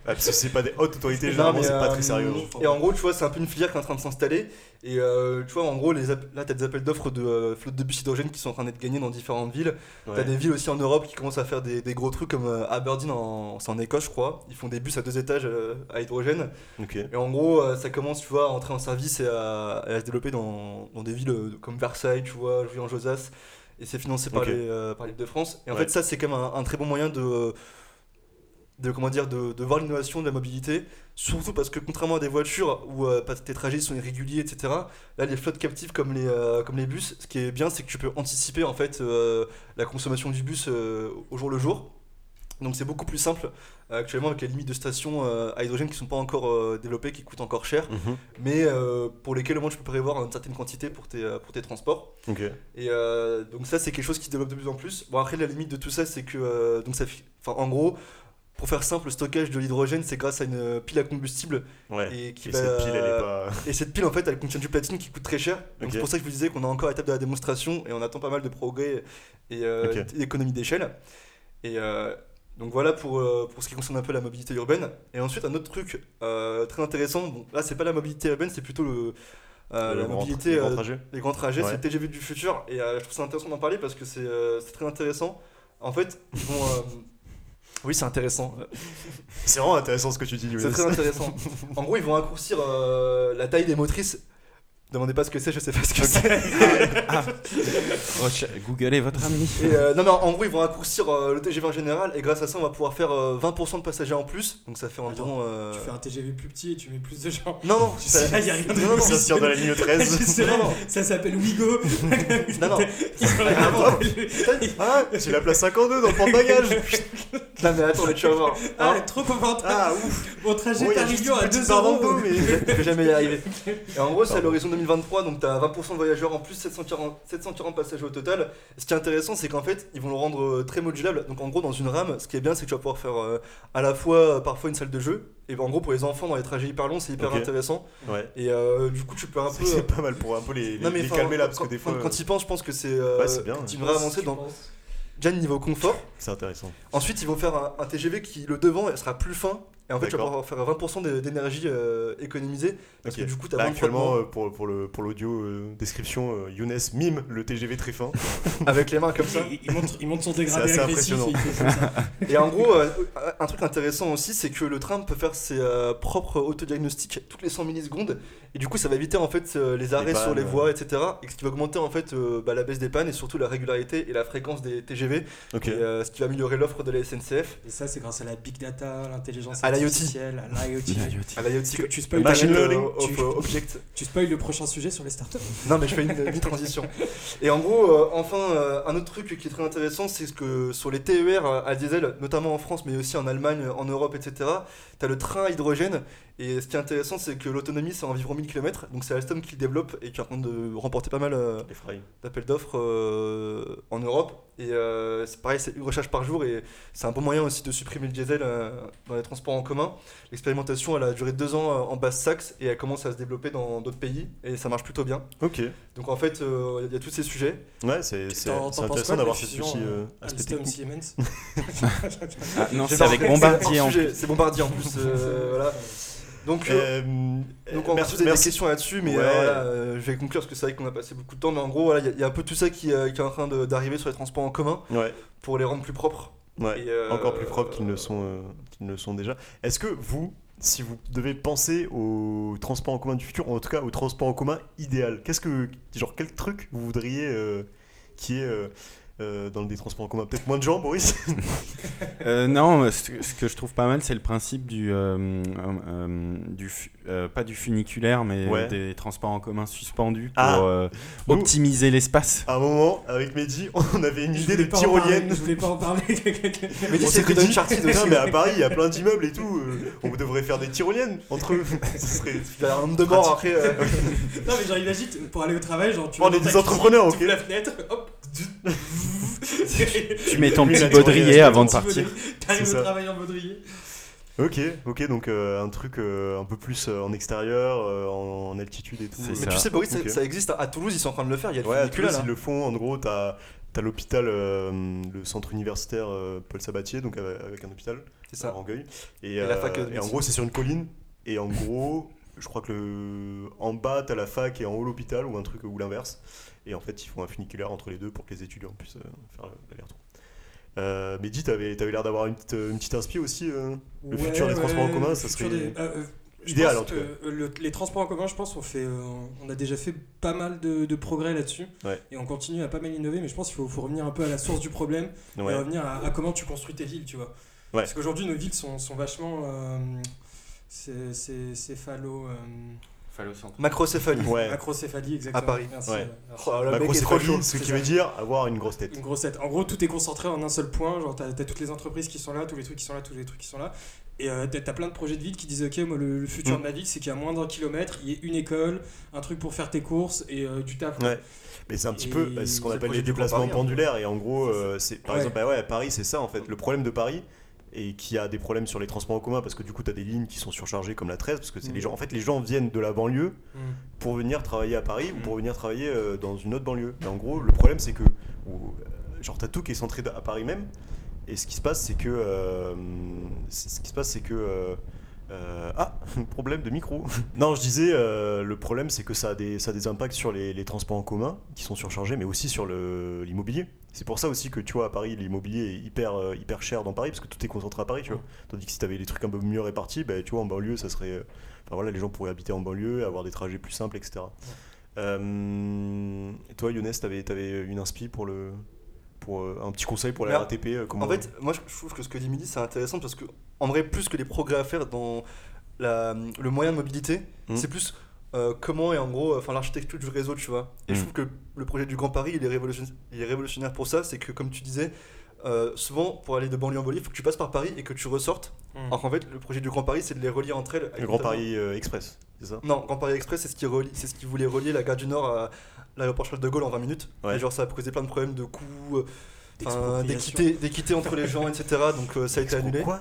Ah, parce que c'est pas des hautes autorités, Non, généralement mais, c'est pas euh, très sérieux. Et en gros, tu vois, c'est un peu une filière qui est en train de s'installer. Et euh, tu vois, en gros, les app- là, t'as des appels d'offres de euh, flottes de bus hydrogène qui sont en train d'être gagnés dans différentes villes. T'as Ouais. des villes aussi en Europe qui commencent à faire des, des gros trucs comme euh, Aberdeen, en, c'est en Écosse, je crois. Ils font des bus à deux étages euh, à hydrogène. Ok. Et en gros, euh, ça commence, tu vois, à entrer en service et à, et à se développer dans, dans des villes euh, comme Versailles, tu vois, Jouy-en-Josas. Et c'est financé par Ok. les, euh, par l'île de France. Et en Ouais. fait, ça, c'est quand même un, un très bon moyen de, de, comment dire, de, de voir l'innovation de la mobilité. Surtout parce que, contrairement à des voitures où euh, pas- tes trajets sont irréguliers, etc., là, les flottes captives comme les, euh, comme les bus, ce qui est bien, c'est que tu peux anticiper, en fait, euh, la consommation du bus euh, au jour le jour. Donc c'est beaucoup plus simple euh, actuellement avec les limites de stations euh, à hydrogène qui sont pas encore euh, développées, qui coûtent encore cher, Mhm. mais euh, pour lesquelles au moins tu peux prévoir une certaine quantité pour tes, euh, pour tes transports. Ok. Et euh, donc ça c'est quelque chose qui se développe de plus en plus. Bon après la limite de tout ça c'est que euh, donc ça, fi- enfin en gros pour faire simple le stockage de l'hydrogène c'est grâce à une euh, pile à combustible Ouais. et qui bah, Et euh, va- cette pile, elle est pas. et cette pile, en fait, elle contient du platine qui coûte très cher. Donc Ok. c'est pour ça que je vous disais qu'on est encore à l'étape de la démonstration et on attend pas mal de progrès et euh, Ok. d'économie d'échelle. Et euh, donc voilà pour, euh, pour ce qui concerne un peu la mobilité urbaine. Et ensuite, un autre truc euh, très intéressant, bon, là, c'est pas la mobilité urbaine, c'est plutôt le, euh, le la grand- mobilité le grand euh, trajet. les grands trajets, Ouais. c'est le TGV du futur. Et euh, je trouve ça intéressant d'en parler parce que c'est euh, c'est très intéressant. En fait, ils vont. euh, Oui, c'est intéressant. C'est vraiment intéressant ce que tu dis, Younes. C'est très intéressant. En gros, ils vont raccourcir euh, la taille des motrices. Demandez pas ce que c'est, je sais pas ce que c'est. Reche- Googlez votre ami. Et, euh, non, mais en gros, ils vont raccourcir euh, le TGV en général et grâce à ça, on va pouvoir faire euh, 20% de passagers en plus. Donc ça fait environ. euh, Tu fais un TGV plus petit et tu mets plus de gens. Non, non, Tu ça- sais, là, y a rien de Non, non, Ça possible. tire de la ligne 13. C'est vrai, Non, non. Ça s'appelle Wigo. Non, non. Ils ont rien Ah, appelé. Ah, j'ai la place 52 dans le porte-bagages. Non, mais attends, mais tu vas voir. Ah, Hein trop confortable. Ah, ouf. Mon trajet Bon, il y a par juste Lyon une à petite 2 barre euros. d'impôt, mais. Je vais jamais y arriver. Et en gros, c'est à Pardon. l'horizon 2023, donc t'as 20% de voyageurs en plus, 740, 740 passagers au total. Ce qui est intéressant, c'est qu'en fait, ils vont le rendre euh, très modulable. Donc en gros, dans une rame, ce qui est bien, c'est que tu vas pouvoir faire euh, à la fois euh, parfois une salle de jeu, et ben, en gros, pour les enfants, dans les trajets hyper longs, c'est hyper Ok. intéressant. Ouais. Et euh, du coup, tu peux un C'est peu. c'est pas mal pour un peu les, les- Non, mais les enfin, calmer là, parce quand, que des quand- fois, quand ils pensent, je pense que c'est. euh, Ouais, c'est bien, Tu ouais. devrais avancer dans. Déjà, niveau confort. c'est intéressant. Ensuite, ils vont faire un, un TGV qui, le devant, elle sera plus fin. Et en fait, tu vas D'accord. pouvoir faire 20% d'é- d'énergie euh, économisée. Parce Ok. que du coup, t'as Là, 20 actuellement, euh, pour, pour le- pour l'audio euh, description, euh, Younes mime le TGV très fin. avec les mains comme ça. Il, il monte, il monte son dégradé C'est assez agressif. impressionnant. il fait comme ça. Et en gros, euh, un truc intéressant aussi, c'est que le train peut faire ses euh, propres autodiagnostics toutes les 100 millisecondes. Et du coup, ça va éviter en fait euh, les arrêts sur pannes, les ouais. voies, etc. Et ce qui va augmenter en fait euh, bah, la baisse des pannes et surtout la régularité et la fréquence des TGV. Ok. Et, euh, ce qui va améliorer l'offre de la SNCF. Et ça, c'est grâce à la big data, à l'intelligence À l'IoT. artificielle, à Ah, l'IoT. À l'IoT. Tu, tu spoil Machine le- Internet, learning. Oh, euh, of, Tu- euh, object. tu spoil le prochain sujet sur les startups. Non, mais je fais une, une transition. Et en gros, euh, enfin, euh, un autre truc qui est très intéressant, c'est ce que sur les TER euh, à diesel, notamment en France, mais aussi en Allemagne, en Europe, etc., tu as le train à hydrogène. Et ce qui est intéressant, c'est que l'autonomie, c'est environ 1000 km. Donc c'est Alstom qui le développe et qui est en train de remporter pas mal euh, Les frais. d'appels d'offres euh, en Europe. Et euh, c'est pareil, c'est une recharge par jour et c'est un bon moyen aussi de supprimer le diesel euh, dans les transports en commun. L'expérimentation, elle a duré deux ans euh, en Basse-Saxe et elle commence à se développer dans d'autres pays et ça marche plutôt bien. Ok. Donc en fait, euh, il y a tous ces sujets. Ouais, c'est c'est- T'en- c'est t'en penses intéressant quoi de la d'avoir ce fusion, souci euh, euh, aspect Alstom, technique. Siemens Ah, non, J'ai c'est pas- avec Bombardier hors en sujet, C'est Bombardier en plus. euh, voilà. Donc, euh, Euh, donc euh, en merci, plus, il y a des merci. questions là-dessus, mais Ouais. euh, voilà, euh, je vais conclure parce que c'est vrai qu'on a passé beaucoup de temps. Mais en gros, voilà, il y a- il y, a un peu tout ça qui, euh, qui est en train de- d'arriver sur les transports en commun Ouais, pour les rendre plus propres. ouais. Et, euh, Encore plus propres qu'ils ne sont, euh, qu'ils ne le sont déjà. Est-ce que vous, si vous devez penser au transport en commun du futur, ou en tout cas au transport en commun idéal, qu'est-ce que, genre, quel truc vous voudriez euh, qui est euh, euh, dans des transports en commun Peut-être moins de gens, Boris Euh, non, ce, ce que je trouve pas mal, c'est le principe du, euh, euh, euh, du fu- euh, pas du funiculaire, mais Ouais. des transports en commun suspendus pour Ah. euh, Nous- optimiser l'espace. À un moment, avec Mehdi, on avait une Je idée voulais des pas en parler, tyroliennes. Je voulais pas en parler. On Mais dis, c'est s'était que dit, Don Chartier de putain, mais à Paris, il y a plein d'immeubles et tout. euh, on devrait faire des tyroliennes entre eux. Ce serait... Il y a un nombre de morts après. euh, non, mais genre, imagine, t- pour aller au travail, genre, tu On vas est dans des ta- entrepreneurs, tu ok ouvres la fenêtre, hop. Tu mets ton Oui, petit la tyrolienne, baudrier c'est avant de ton partir. C'est T'arrives ça. au travail en baudrier. Ok, ok, donc euh, un truc euh, un peu plus euh, en extérieur, euh, en, en altitude et tout. C'est Euh, ça. Mais tu sais, Boris, ça- Ok. ça existe. hein. À Toulouse, ils sont en train de le faire. Il y a le Ouais, à funiculaire, Toulouse, ils là. le font. En gros, t'as as, l'hôpital, euh, le centre universitaire euh, Paul Sabatier, donc euh, avec un hôpital C'est à ça. Rangueil. Et, euh, la fac de et en médecine. gros, c'est sur une colline. Et en gros, je crois que le... en bas, t'as la fac et en haut, l'hôpital, ou un truc, ou l'inverse. Et en fait, ils font un funiculaire entre les deux pour que les étudiants puissent euh, faire l'aller-retour. Euh, mais dis, t'avais t'avais l'air d'avoir une petite, une petite inspi aussi. euh. Le futur des transports en commun, le ça futur serait des- euh, euh, je idéal, pense en tout cas. que, euh, le- les transports en commun, je pense, on, fait, euh, on a déjà fait pas mal de, de progrès là-dessus. Ouais. Et on continue à pas mal innover, mais je pense qu'il faut, faut revenir un peu à la source du problème Ouais. et revenir à, à comment tu construis tes villes, tu vois. Ouais. Parce qu'aujourd'hui, nos villes sont, sont vachement. Euh, c'est- c'est- céphalo. Euh, Macrocéphalie. Ouais. macrocéphalie, exactement. À Paris. Merci. euh, Ouais. Merci. Oh, le Bah, mec gros, est c'est trop pas chaud. chaud, ce c'est qui ça. veut dire avoir une grosse tête. Une grosse tête. En gros, tout est concentré en un seul point. Genre, t'as t'as toutes les entreprises qui sont là, tous les trucs qui sont là, tous les trucs qui sont là. Et euh, t'as t'as plein de projets de ville qui disent Ok, moi, le, le futur Mm. de ma ville, c'est qu'il y a moins d'un kilomètre, il y a une école, un truc pour faire tes courses et euh, du taf. Ouais. Mais c'est un petit peu Et bah, ce qu'on c'est appelle le les projet du Grand déplacements Paris, hein. pendulaires. Et en gros, C'est ça. euh, c'est par Ouais. exemple, bah ouais, à Paris, c'est ça en fait. Le problème de Paris et qui a des problèmes sur les transports en commun parce que du coup, tu as des lignes qui sont surchargées comme la 13 parce que c'est Mm. les gens. En fait, les gens viennent de la banlieue Mm. pour venir travailler à Paris ou pour Mm. venir travailler euh, dans une autre banlieue. Mais en gros, le problème c'est que ou, euh, genre t'as tout qui est centré à Paris même. Et ce qui se passe, c'est que euh, c'est- ce qui se passe, c'est que euh, euh, ah, problème de micro. non, je disais, euh, le problème, c'est que ça a des, ça a des impacts sur les, les transports en commun qui sont surchargés, mais aussi sur le- l'immobilier. C'est pour ça aussi que tu vois, à Paris, l'immobilier est hyper, euh, hyper cher dans Paris parce que tout est concentré à Paris, tu vois. Tandis que si tu avais des trucs un peu mieux répartis, bah, tu vois, en banlieue, ça serait. euh, Enfin voilà, les gens pourraient habiter en banlieue, avoir des trajets plus simples, etc. Euh, et toi, Younes, t'avais avais une inspi pour le. Pour, euh, un petit conseil pour la Bah, RATP euh, comment... En fait, moi je trouve que ce que dit Midi c'est intéressant parce que, en vrai, plus que les progrès à faire dans la- le moyen de mobilité, Mm. c'est plus euh, comment et en gros, enfin l'architecture du réseau, tu vois. Et je Hmm. Mm. trouve que le projet du Grand Paris, il est, révolution- il est révolutionnaire pour ça, c'est que comme tu disais, euh, souvent pour aller de banlieue en banlieue, il faut que tu passes par Paris et que tu ressortes. Mm. Alors qu'en fait, le projet du Grand Paris, c'est de les relier entre elles. Hmm. le Grand Notamment- Paris euh, Express, c'est ça Non, Grand Paris Express, c'est ce qui relie, c'est ce qui voulait relier la gare du Nord à l'aéroport Charles de Gaulle en 20 minutes. Ouais. Et genre, ça a posé plein de problèmes de coûts, euh, enfin, D'expropriation. d'équité, d'équité entre les gens, etc. Donc euh, ça a été annulé. Quoi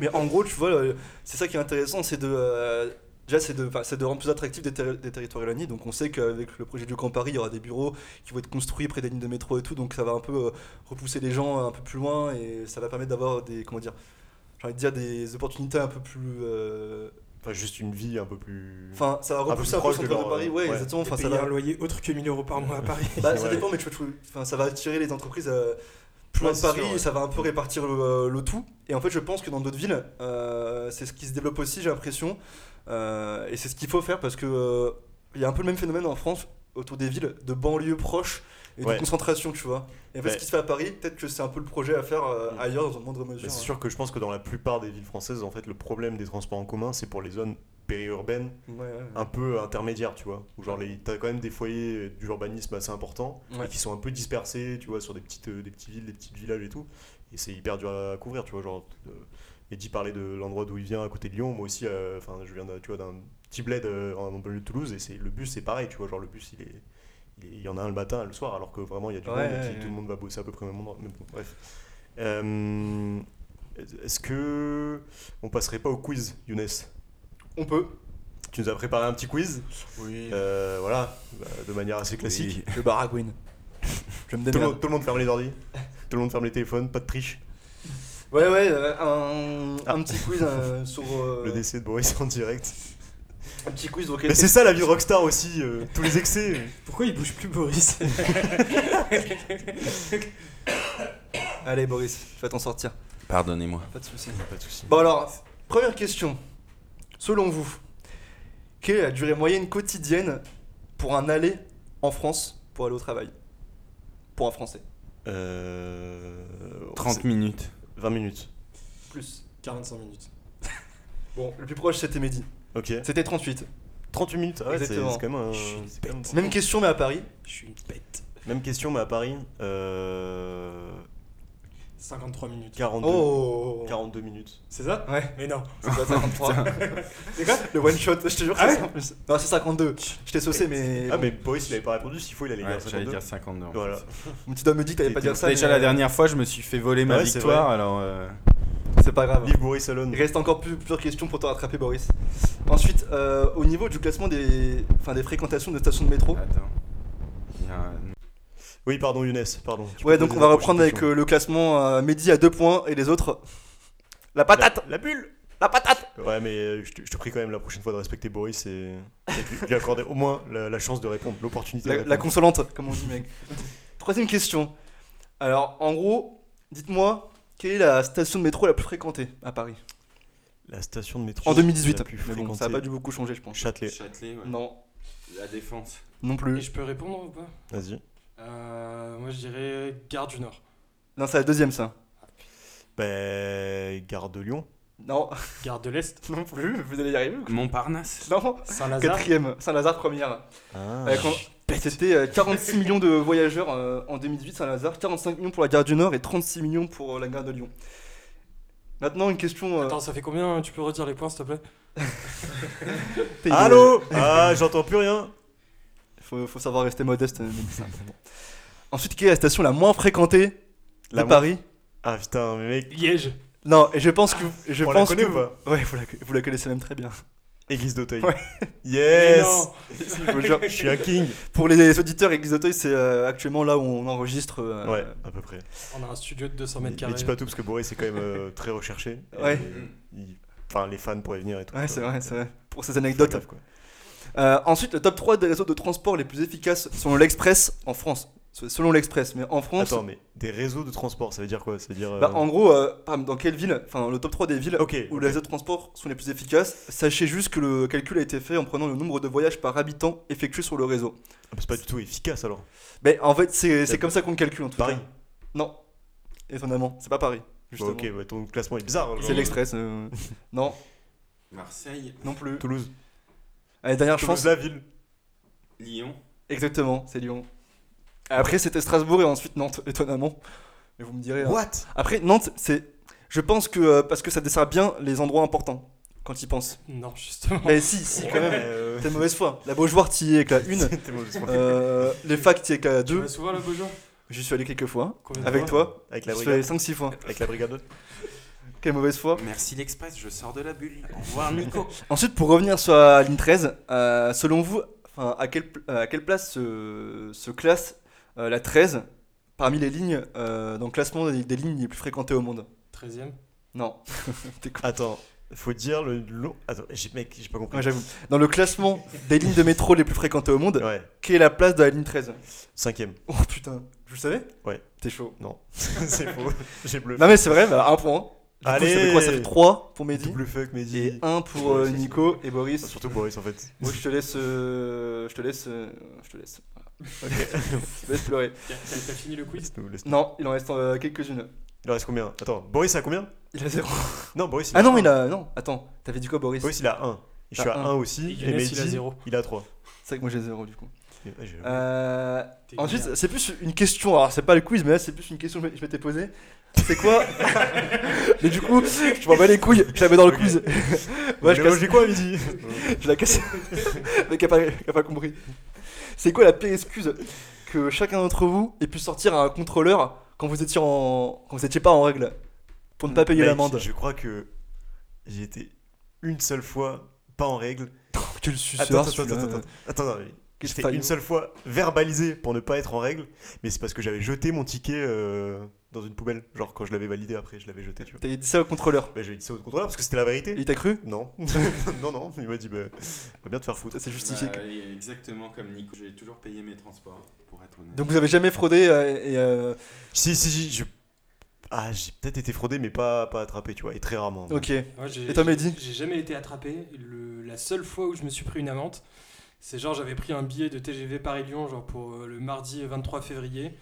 Mais en gros, tu vois, euh, c'est ça qui est intéressant, c'est de euh, déjà c'est de, enfin, c'est de rendre plus attractif des, terri- des territoires éloignés. Donc on sait qu'avec le projet du Grand Paris, il y aura des bureaux qui vont être construits près des lignes de métro et tout. Donc ça va un peu euh, repousser les gens un peu plus loin et ça va permettre d'avoir des comment dire. j'ai envie de dire, des opportunités un peu plus. euh, Enfin, juste une vie un peu Mmh. plus. Enfin, ça va repousser un peu proche le de cœur de leur- Paris, ouais, ouais. exactement. Enfin, Enfin, ça payer va. un loyer autre que 1000 euros par mois à Paris. Bah, ça Ouais. dépend, mais tu vois, tu- enfin, ça va attirer les entreprises euh, plus Ouais, loin de c'est Paris sûr, ouais. et ça va un peu répartir le, euh, le tout. Et en fait, je pense que dans d'autres villes, euh, c'est ce qui se développe aussi, j'ai l'impression. Euh, et c'est ce qu'il faut faire parce que euh, il y a un peu le même phénomène en France autour des villes de banlieues proches et Ouais. de concentration, tu vois. Et en fait, Ouais. ce qui se fait à Paris, peut-être que c'est un peu le projet à faire euh, Mm. ailleurs dans une moindre Mais mesure. c'est hein. sûr que je pense que dans la plupart des villes françaises, en fait, le problème des transports en commun, c'est pour les zones périurbaines Ouais, ouais, ouais. un peu intermédiaires, tu vois. Où genre, les- t'as quand même des foyers d'urbanisme assez importants Ouais. et qui sont un peu dispersés, tu vois, sur des petites, euh, des petites villes, des petits villages et tout. Et c'est hyper dur à couvrir, tu vois. Genre, euh, Eddy parlait de l'endroit d'où il vient à côté de Lyon. Moi aussi, euh, enfin, je viens d'un- tu vois, d'un petit bled euh, en banlieue de Toulouse et c'est le bus, c'est pareil, tu vois. Genre, le bus, il est. il est- Il y en a un le matin, le soir, alors que vraiment il y a du Ouais, monde ouais, et puis ouais. tout le monde va bosser à peu près au même endroit. Mais bon, bref. Euh, Est-ce que on passerait pas au quiz, Younes On peut. Tu nous as préparé un petit quiz, Oui. euh, voilà, bah, de manière assez classique. Oui. Le baragouine. Je me Tout le, démerde. monde, tout le monde ferme les ordi, tout le monde ferme les téléphones, pas de triche. Ouais, ouais, euh, un, un petit quiz euh, sur. euh, Ah. Le décès de Boris en direct. un petit quiz, ok. Mais c'est ça la vie de rockstar aussi, euh, tous les excès. Pourquoi il bouge plus Boris Allez, Boris, tu vas t'en sortir. Pardonnez-moi. Pas de soucis. Pas de soucis. Bon, alors, première question. Selon vous, quelle est la durée moyenne quotidienne pour un aller en France pour aller au travail Pour un Français Euh, 30 minutes. 20 minutes. Plus. 45 minutes. Bon, le plus proche, c'était Mehdi. Ok. C'était 38. 38 minutes, ah ouais, c'est c'est quand Exactement. même un- Je suis une c'est quand même- Même question, mais à Paris. Je suis une bête. Même question, mais à Paris, euh, 53 minutes. 42, Oh 42 minutes. C'est ça Ouais, Mais non. c'est pas 53. C'est quoi le one shot, je te jure, Ah c'est ouais ça en plus. Non, c'est 52. Je t'ai saucé, mais. Ah, mais Boris il avait pas répondu, s'il faut il allait Ouais, dire J'allais 52. dire 52. en Voilà. fait. Mon petit doigt me dit que t'allais pas dire ça. Déjà mais, la euh, dernière fois, je me suis fait voler ma Ouais, c'est victoire, alors. euh, C'est pas grave. Vive Boris Alone. Il Ah reste encore plus- plusieurs questions pour te rattraper, Boris. Ensuite, euh, au niveau du classement des, enfin, des fréquentations de stations de métro. Ah, Attends. Il y a un- Oui, pardon, Younes, pardon. Tu Ouais, peux donc poser on va la prochaine reprendre avec question. euh, le classement euh, Mehdi à 2 points et les autres. La patate La, la bulle La patate Ouais, mais euh, je te, je te prie quand même la prochaine fois de respecter Boris et, et de lui accorder au moins la, la chance de répondre, l'opportunité. de la, la répondre. consolante, comme on dit, mec. Troisième question. Alors, en gros, dites-moi, quelle est la station de métro la plus fréquentée à Paris La station de métro. En 2018. la plus Mais bon, ça a fréquentée. pas dû beaucoup changer, je pense. Châtelet, Châtelet, ouais. Non, La défense. non Et plus. je peux répondre ou pas vas-y. Euh, Moi je dirais Gare du Nord. Non, c'est la deuxième, ça. Ben. Gare de Lyon. Non, Gare de l'Est, non plus, vous allez y arriver ou quoi Montparnasse. Non Saint-Lazare. Quatrième, Saint-Lazare première. Ah. Ouais, Eh, quand- C'était euh, 46 millions de voyageurs euh, en 2018, Saint-Lazare, 45 millions pour la gare du Nord et 36 millions pour euh, la gare de Lyon. Maintenant, une question. euh, Attends, ça fait combien Tu peux redire les points s'il te plaît payée. Allô Ah, j'entends plus rien. faut, faut savoir rester modeste. euh, mais c'est important. Ensuite, quelle est la station la moins fréquentée La de moins- Paris Ah putain, mais mec. Liège. Non, et je pense que. Je On la pense connaît que ou pas vous- Ouais, vous la, vous la connaissez même très bien. Église d'Auteuil. Ouais. Yes Je vous jure. Je suis un king. Pour les auditeurs, Aigues d'Auteuil, c'est euh, actuellement là où on enregistre. euh, Ouais, à peu près. On a un studio de 200 Mais, mètres carrés. dis pas tout parce que Boris est quand même euh, très recherché. Et, Ouais. euh, il- Enfin, les fans pourraient venir et tout. Ouais, c'est vrai, c'est vrai. Pour ces Faut faire anecdotes. gaffe, quoi. Euh, ensuite, le top 3 des réseaux de transport les plus efficaces selon l'Express en France. Se- Selon l'Express, mais en France. Attends, mais des réseaux de transport, ça veut dire quoi Ça veut dire. euh, bah, en gros, euh, par exemple, dans quelle ville, enfin le top 3 des villes Ok. où les réseaux de transport sont les plus efficaces, sachez juste que le calcul a été fait en prenant le nombre de voyages par habitant effectués sur le réseau. Ah, C'est pas du tout efficace alors. Mais en fait, c'est c'est Y'a- comme ça qu'on le calcule en tout Paris. cas. Non, étonnamment, c'est pas Paris. Bon, Justement. ok, ouais, ton classement est bizarre. C'est genre. l'Express. euh, non, Marseille. non plus. Toulouse. Allez, dernière Toulouse, chance. la ville. Lyon. Exactement, c'est Lyon. Après, c'était Strasbourg et ensuite Nantes, étonnamment. Mais vous me direz. hein. What Après, Nantes, c'est. Je pense que. euh, parce que ça dessert bien les endroits importants, quand y penses. Non, justement. Mais si, si, quand même. Euh, T'es de mauvaise foi. La Beaujoire, t'y es avec la une. t'es mauvaise foi. Euh, les facs, t'y es avec la Tu deux. vas souvent là, Beaujean J'y suis allé quelques fois. Combien de Avec fois toi, Avec je la suis allé brigade. 5-6 fois. Avec la brigade. Quelle mauvaise foi. Merci l'Express, je sors de la bulle. Au revoir Nico. Ensuite, pour revenir sur la ligne 13, euh, selon vous, enfin, à, quelle, pl- à quelle place se, se classe euh, la 13 parmi les lignes euh, dans le classement des, des lignes les plus fréquentées au monde 13ème. Non. Attends, faut dire le long. Attends, j'ai- mec, j'ai pas compris. Ouais, j'avoue. Dans le classement des lignes de métro les plus fréquentées au monde, Ouais, quelle est la place de la ligne 13 cinquième. Oh putain, je le savais Ouais. T'es chaud. c'est faux. J'ai bluffé. Non mais c'est vrai, bah, un point. Du coup, ça fait quoi Ça fait 3 pour Mehdi Double fuck, Mehdi. et 1 pour euh, Nico et Boris. Surtout Boris en fait. Moi je te laisse. euh, je te laisse. euh, je te laisse. Voilà. je te laisse pleurer. T'as t'as fini le quiz Laisse-nous, laisse-nous. Non, il en reste euh, quelques-unes. Il en reste combien Attends, Boris a combien Il a 0. Non, Boris il Ah non, un. il a. Non, attends, t'avais dit quoi, Boris Boris il a 1. Je suis Ah, à un. 1 aussi. Et Younes, il a Mehdi, zéro. Il a 3. C'est vrai que moi j'ai 0 du coup. J'ai Euh, T'es ensuite, c'est plus une question. Alors, c'est pas le quiz, mais là, c'est plus une question que je m'étais posée. C'est quoi Mais du coup, je m'en bats les couilles, je la mets dans le Ok. quiz. ouais, je, casse- quoi à midi je la casse. Le mec a pas, a pas compris. C'est quoi la pire excuse que chacun d'entre vous ait pu sortir à un contrôleur quand vous étiez, en... quand vous étiez pas en règle Pour ne pas payer Mec, l'amende. Je crois que j'ai été une seule fois pas en règle. Tu le Ah, suceurs, Attends, attends, celui-là. attends, attends. Attends, non, mais Quel j'étais faillot. une seule fois verbalisé pour ne pas être en règle, mais c'est parce que j'avais jeté mon ticket euh, dans une poubelle. Genre quand je l'avais validé après, je l'avais jeté, tu vois. T'avais dit ça au contrôleur. Bah, j'ai dit ça au contrôleur parce que c'était la vérité. Il t'a cru Non, non, non, il m'a dit, bah, va bien te faire foutre. Ça, C'est justifié. Bah, et exactement comme Nico, j'ai toujours payé mes transports, pour être honnête. Donc vous avez jamais fraudé euh, et euh, Si, si, si, je. Ah, j'ai peut-être été fraudé, mais pas, pas attrapé, tu vois, et très rarement. Ok. Moi, j'ai- Et toi, Mehdi J'ai jamais été attrapé. Le- la seule fois où je me suis pris une amende, c'est genre j'avais pris un billet de TGV Paris-Lyon genre pour euh, le mardi 23 février.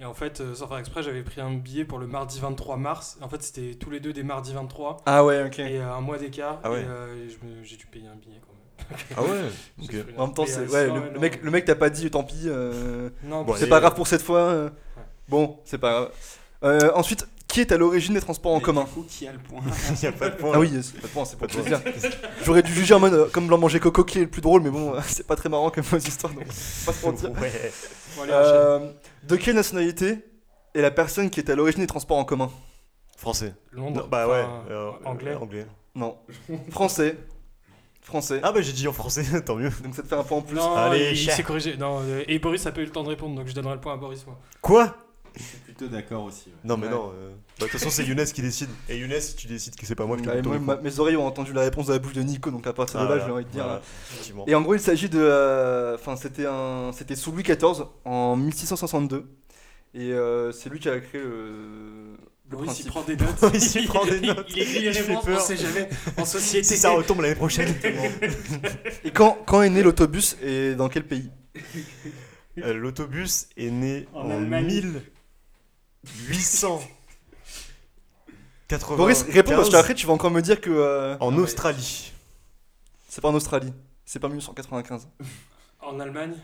Et en fait, euh, sans faire exprès, j'avais pris un billet pour le mardi 23 mars. En fait, c'était tous les deux des mardis 23 Ah ouais, ok. et euh, un mois d'écart. Ah ouais. Et euh, je me- j'ai dû payer un billet quand même. Ah ouais J'ai Ok. pris une En même temps, amende. Et, c'est euh, ouais, sinon, le, ouais, le non. mec, le mec t'a pas dit tant pis. euh, Non, Bon, parce allez, c'est que- pas euh, grave pour cette fois. euh. Ouais. Bon, c'est pas grave. Euh, ensuite, qui est à l'origine des transports en Mais commun Du coup, qui a le point Il n'y a pas de point. Ah oui, c'est pas de point, c'est pas Pas de de plaisir. J'aurais dû juger en mode euh, comme blanc manger coco qui est le plus drôle, mais bon, euh, c'est pas très marrant comme histoire, donc faut pas se mentir. Ouais. Bon, allez, enchaîne. Euh, de quelle nationalité est la personne qui est à l'origine des transports en commun Français. Londres. Non, bah ouais. enfin, euh, anglais. euh, anglais. Non. Français. Français. Ah bah j'ai dit en français, tant mieux. Donc ça te fait un point en plus. Non, Allez, il, il cher. s'est corrigé. Non, euh, et Boris a pas eu le temps de répondre, donc je donnerai le point à Boris. Moi. Quoi Je suis plutôt d'accord aussi. ouais. Non mais Ouais. non. euh, bah, De toute façon c'est Younes qui décide. Et Younes, si tu décides que c'est pas moi, je te Bah, coupe ton moi, micro. ma- mes oreilles ont entendu la réponse de la bouche de Nico, donc à partir de Ah, là, voilà, j'ai envie de dire. voilà, hein. effectivement. Et en gros, il s'agit de. euh, Enfin, c'était un, c'était sous Louis XIV en 1662. Et euh, c'est lui qui a créé le. le Boris, il principe. prend des notes. Boris, il prend des notes. Il écrit les Il fait réponses, on peur. sait jamais. En Et société, si ça retombe l'année prochaine Et quand, quand est né l'autobus et dans quel pays Euh, L'autobus est né En en, Allemagne. 1880. Boris, réponds parce qu'après, tu vas encore me dire que. euh, En Non, mais- Australie. c'est pas en Australie. C'est pas 1995. En Allemagne,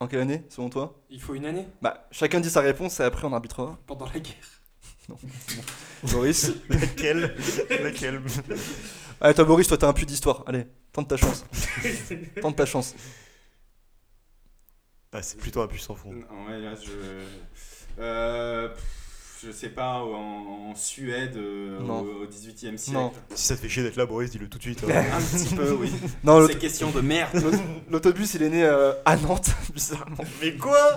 En quelle année, selon toi il faut une année Bah, chacun dit sa réponse et après on arbitrera. pendant la guerre. Boris. Laquelle Laquelle Allez, toi, Boris, toi, t'as un puits d'histoire. Allez, tente ta chance. tente ta chance. Ah, c'est plutôt un puce sans fond. Non, ouais, là, je... Euh, pff, je sais pas, en, en Suède, euh, Non. au, au 18e siècle. Non. Si ça te fait chier d'être là, Boris, dis-le tout de suite. hein. Un petit peu, oui. Non, C'est l'aut- question de merde. l'autobus, il est né euh, à Nantes, bizarrement. mais quoi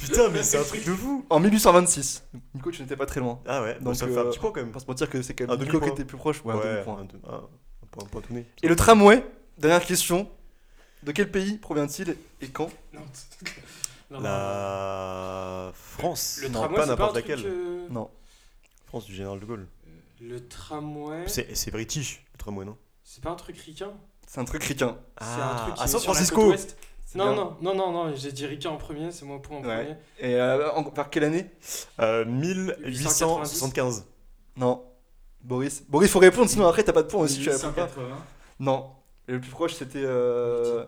Putain, mais c'est un truc de fou En 1826. Nico, tu n'étais pas très loin. Ah ouais, donc, Donc, ça me fait un euh, petit point quand On même. peut se mentir que c'est quand Un même Nico qui demi-point. était plus proche. Ouais, un demi-point. un, deux- un- un point, un point tout nez. Et le tramway, dernière question. De quel pays provient-il et quand Non. Non, non. La France. Le Non, tramway, pas c'est n'importe un truc, laquelle. euh, Non. France du général de Gaulle. Le tramway, C'est c'est british, le tramway, non c'est pas un truc ricain C'est un truc ricain. C'est un truc qui Ah, à est San sur la côte Francisco ouest. Non, non, non, non, non, j'ai dit ricain en premier, c'est moi pour en Ouais. premier. Et euh, en- vers quelle année Euh, 1875. Non. Boris. Boris, faut répondre, sinon après t'as pas de points aussi. Tu réponds pas. 1880. Non. Et le plus proche, c'était. euh,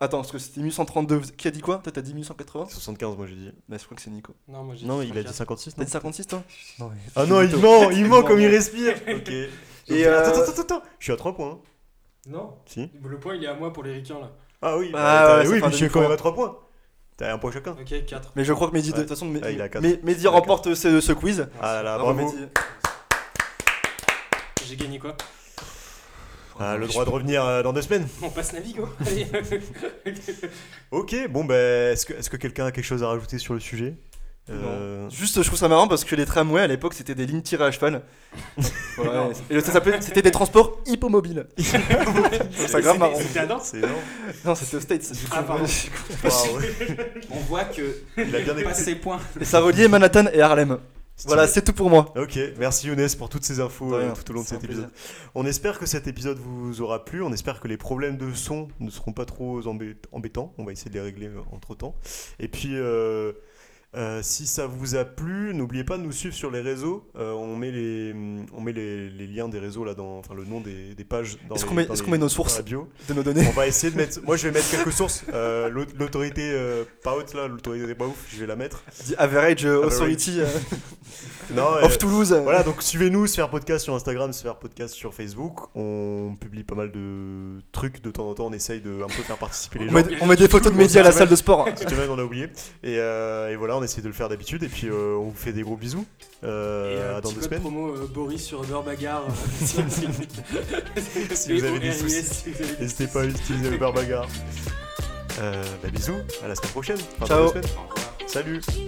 Attends, parce que c'était 1832. Qui a dit quoi Toi, t'as dit 1880 75, moi j'ai dit. Bah, je crois que c'est Nico. Non, moi j'ai Non, dit il a dit 34. 56, T'as non dit 56, toi Non. Ah non, il ment, il ment comme il respire Ok. Et, euh, Attends, attends, attends, attends Je suis à 3 points. hein. Non, Si. le point il est à moi pour les ricains là. Ah oui, Bah, bah, ouais, t'as- ça oui, fait un mais je suis quand même demi-point. à 3 points. T'as un point chacun. Ok, 4. Mais je crois que Mehdi, de Ouais. toute façon, Mehdi- Ah, il a quatre. Mé- Il Mehdi a quatre. remporte ce, ce quiz. Ah là là, Bravo, bravo. Mehdi. J'ai gagné quoi Ah, le droit de revenir euh, dans deux semaines. On passe Navigo Allez. Ok, bon, ben, est-ce que, est-ce que quelqu'un a quelque chose à rajouter sur le sujet Euh, Juste, je trouve ça marrant parce que les tramways à l'époque c'était des lignes tirées à cheval. Ouais, et ça s'appelait- c'était des transports hippomobiles. ça grave marrant. C'était à Nantes C'est énorme. Non, c'était aux States. Du coup, Ah, pardon. Waouh, ouais. On voit que Il a bien pas écouté. ses points. Et ça reliait Manhattan et Harlem. Voilà, c'est tout pour moi. Ok, merci Younes pour toutes ces infos euh, Ouais, tout au long de c'est cet un plaisir. épisode. On espère que cet épisode vous aura plu, on espère que les problèmes de son ne seront pas trop embê- embêtants, on va essayer de les régler entre temps. Et puis, euh, euh, si ça vous a plu, n'oubliez pas de nous suivre sur les réseaux, Euh, on met, les, on met les, les liens des réseaux, là, dans, enfin le nom des, des pages dans Est-ce les- qu'on met- dans est-ce les- qu'on met nos dans sources la bio. De nos données. On va essayer de mettre, moi je vais mettre quelques sources, Euh, l'aut- l'autorité euh, pas haute là, l'autorité pas ouf, je vais la mettre. The Average euh, Average. Authority euh, Non, euh, of Toulouse. euh, Voilà, donc suivez-nous, se faire podcast sur Instagram, se faire podcast sur Facebook. On publie pas mal de trucs de temps en temps. On essaye de un peu faire participer les On gens. met, on met des photos de médias à la salle de sport. Cette semaine, on a oublié. Et, euh, et voilà, on essaie de le faire d'habitude. Et puis, euh, on vous fait des gros bisous. Euh, Et, euh, à dans petit deux code semaines. promo euh, Boris sur Uber Bagarre. euh, sur le site. Si vous avez des B-O-R-I-S, E soucis, si vous avez des N'hésitez pas à utiliser le barbagar. Euh, bah, bisous, à la semaine prochaine. Enfin, dans Ciao. deux semaines. Salut. 「君の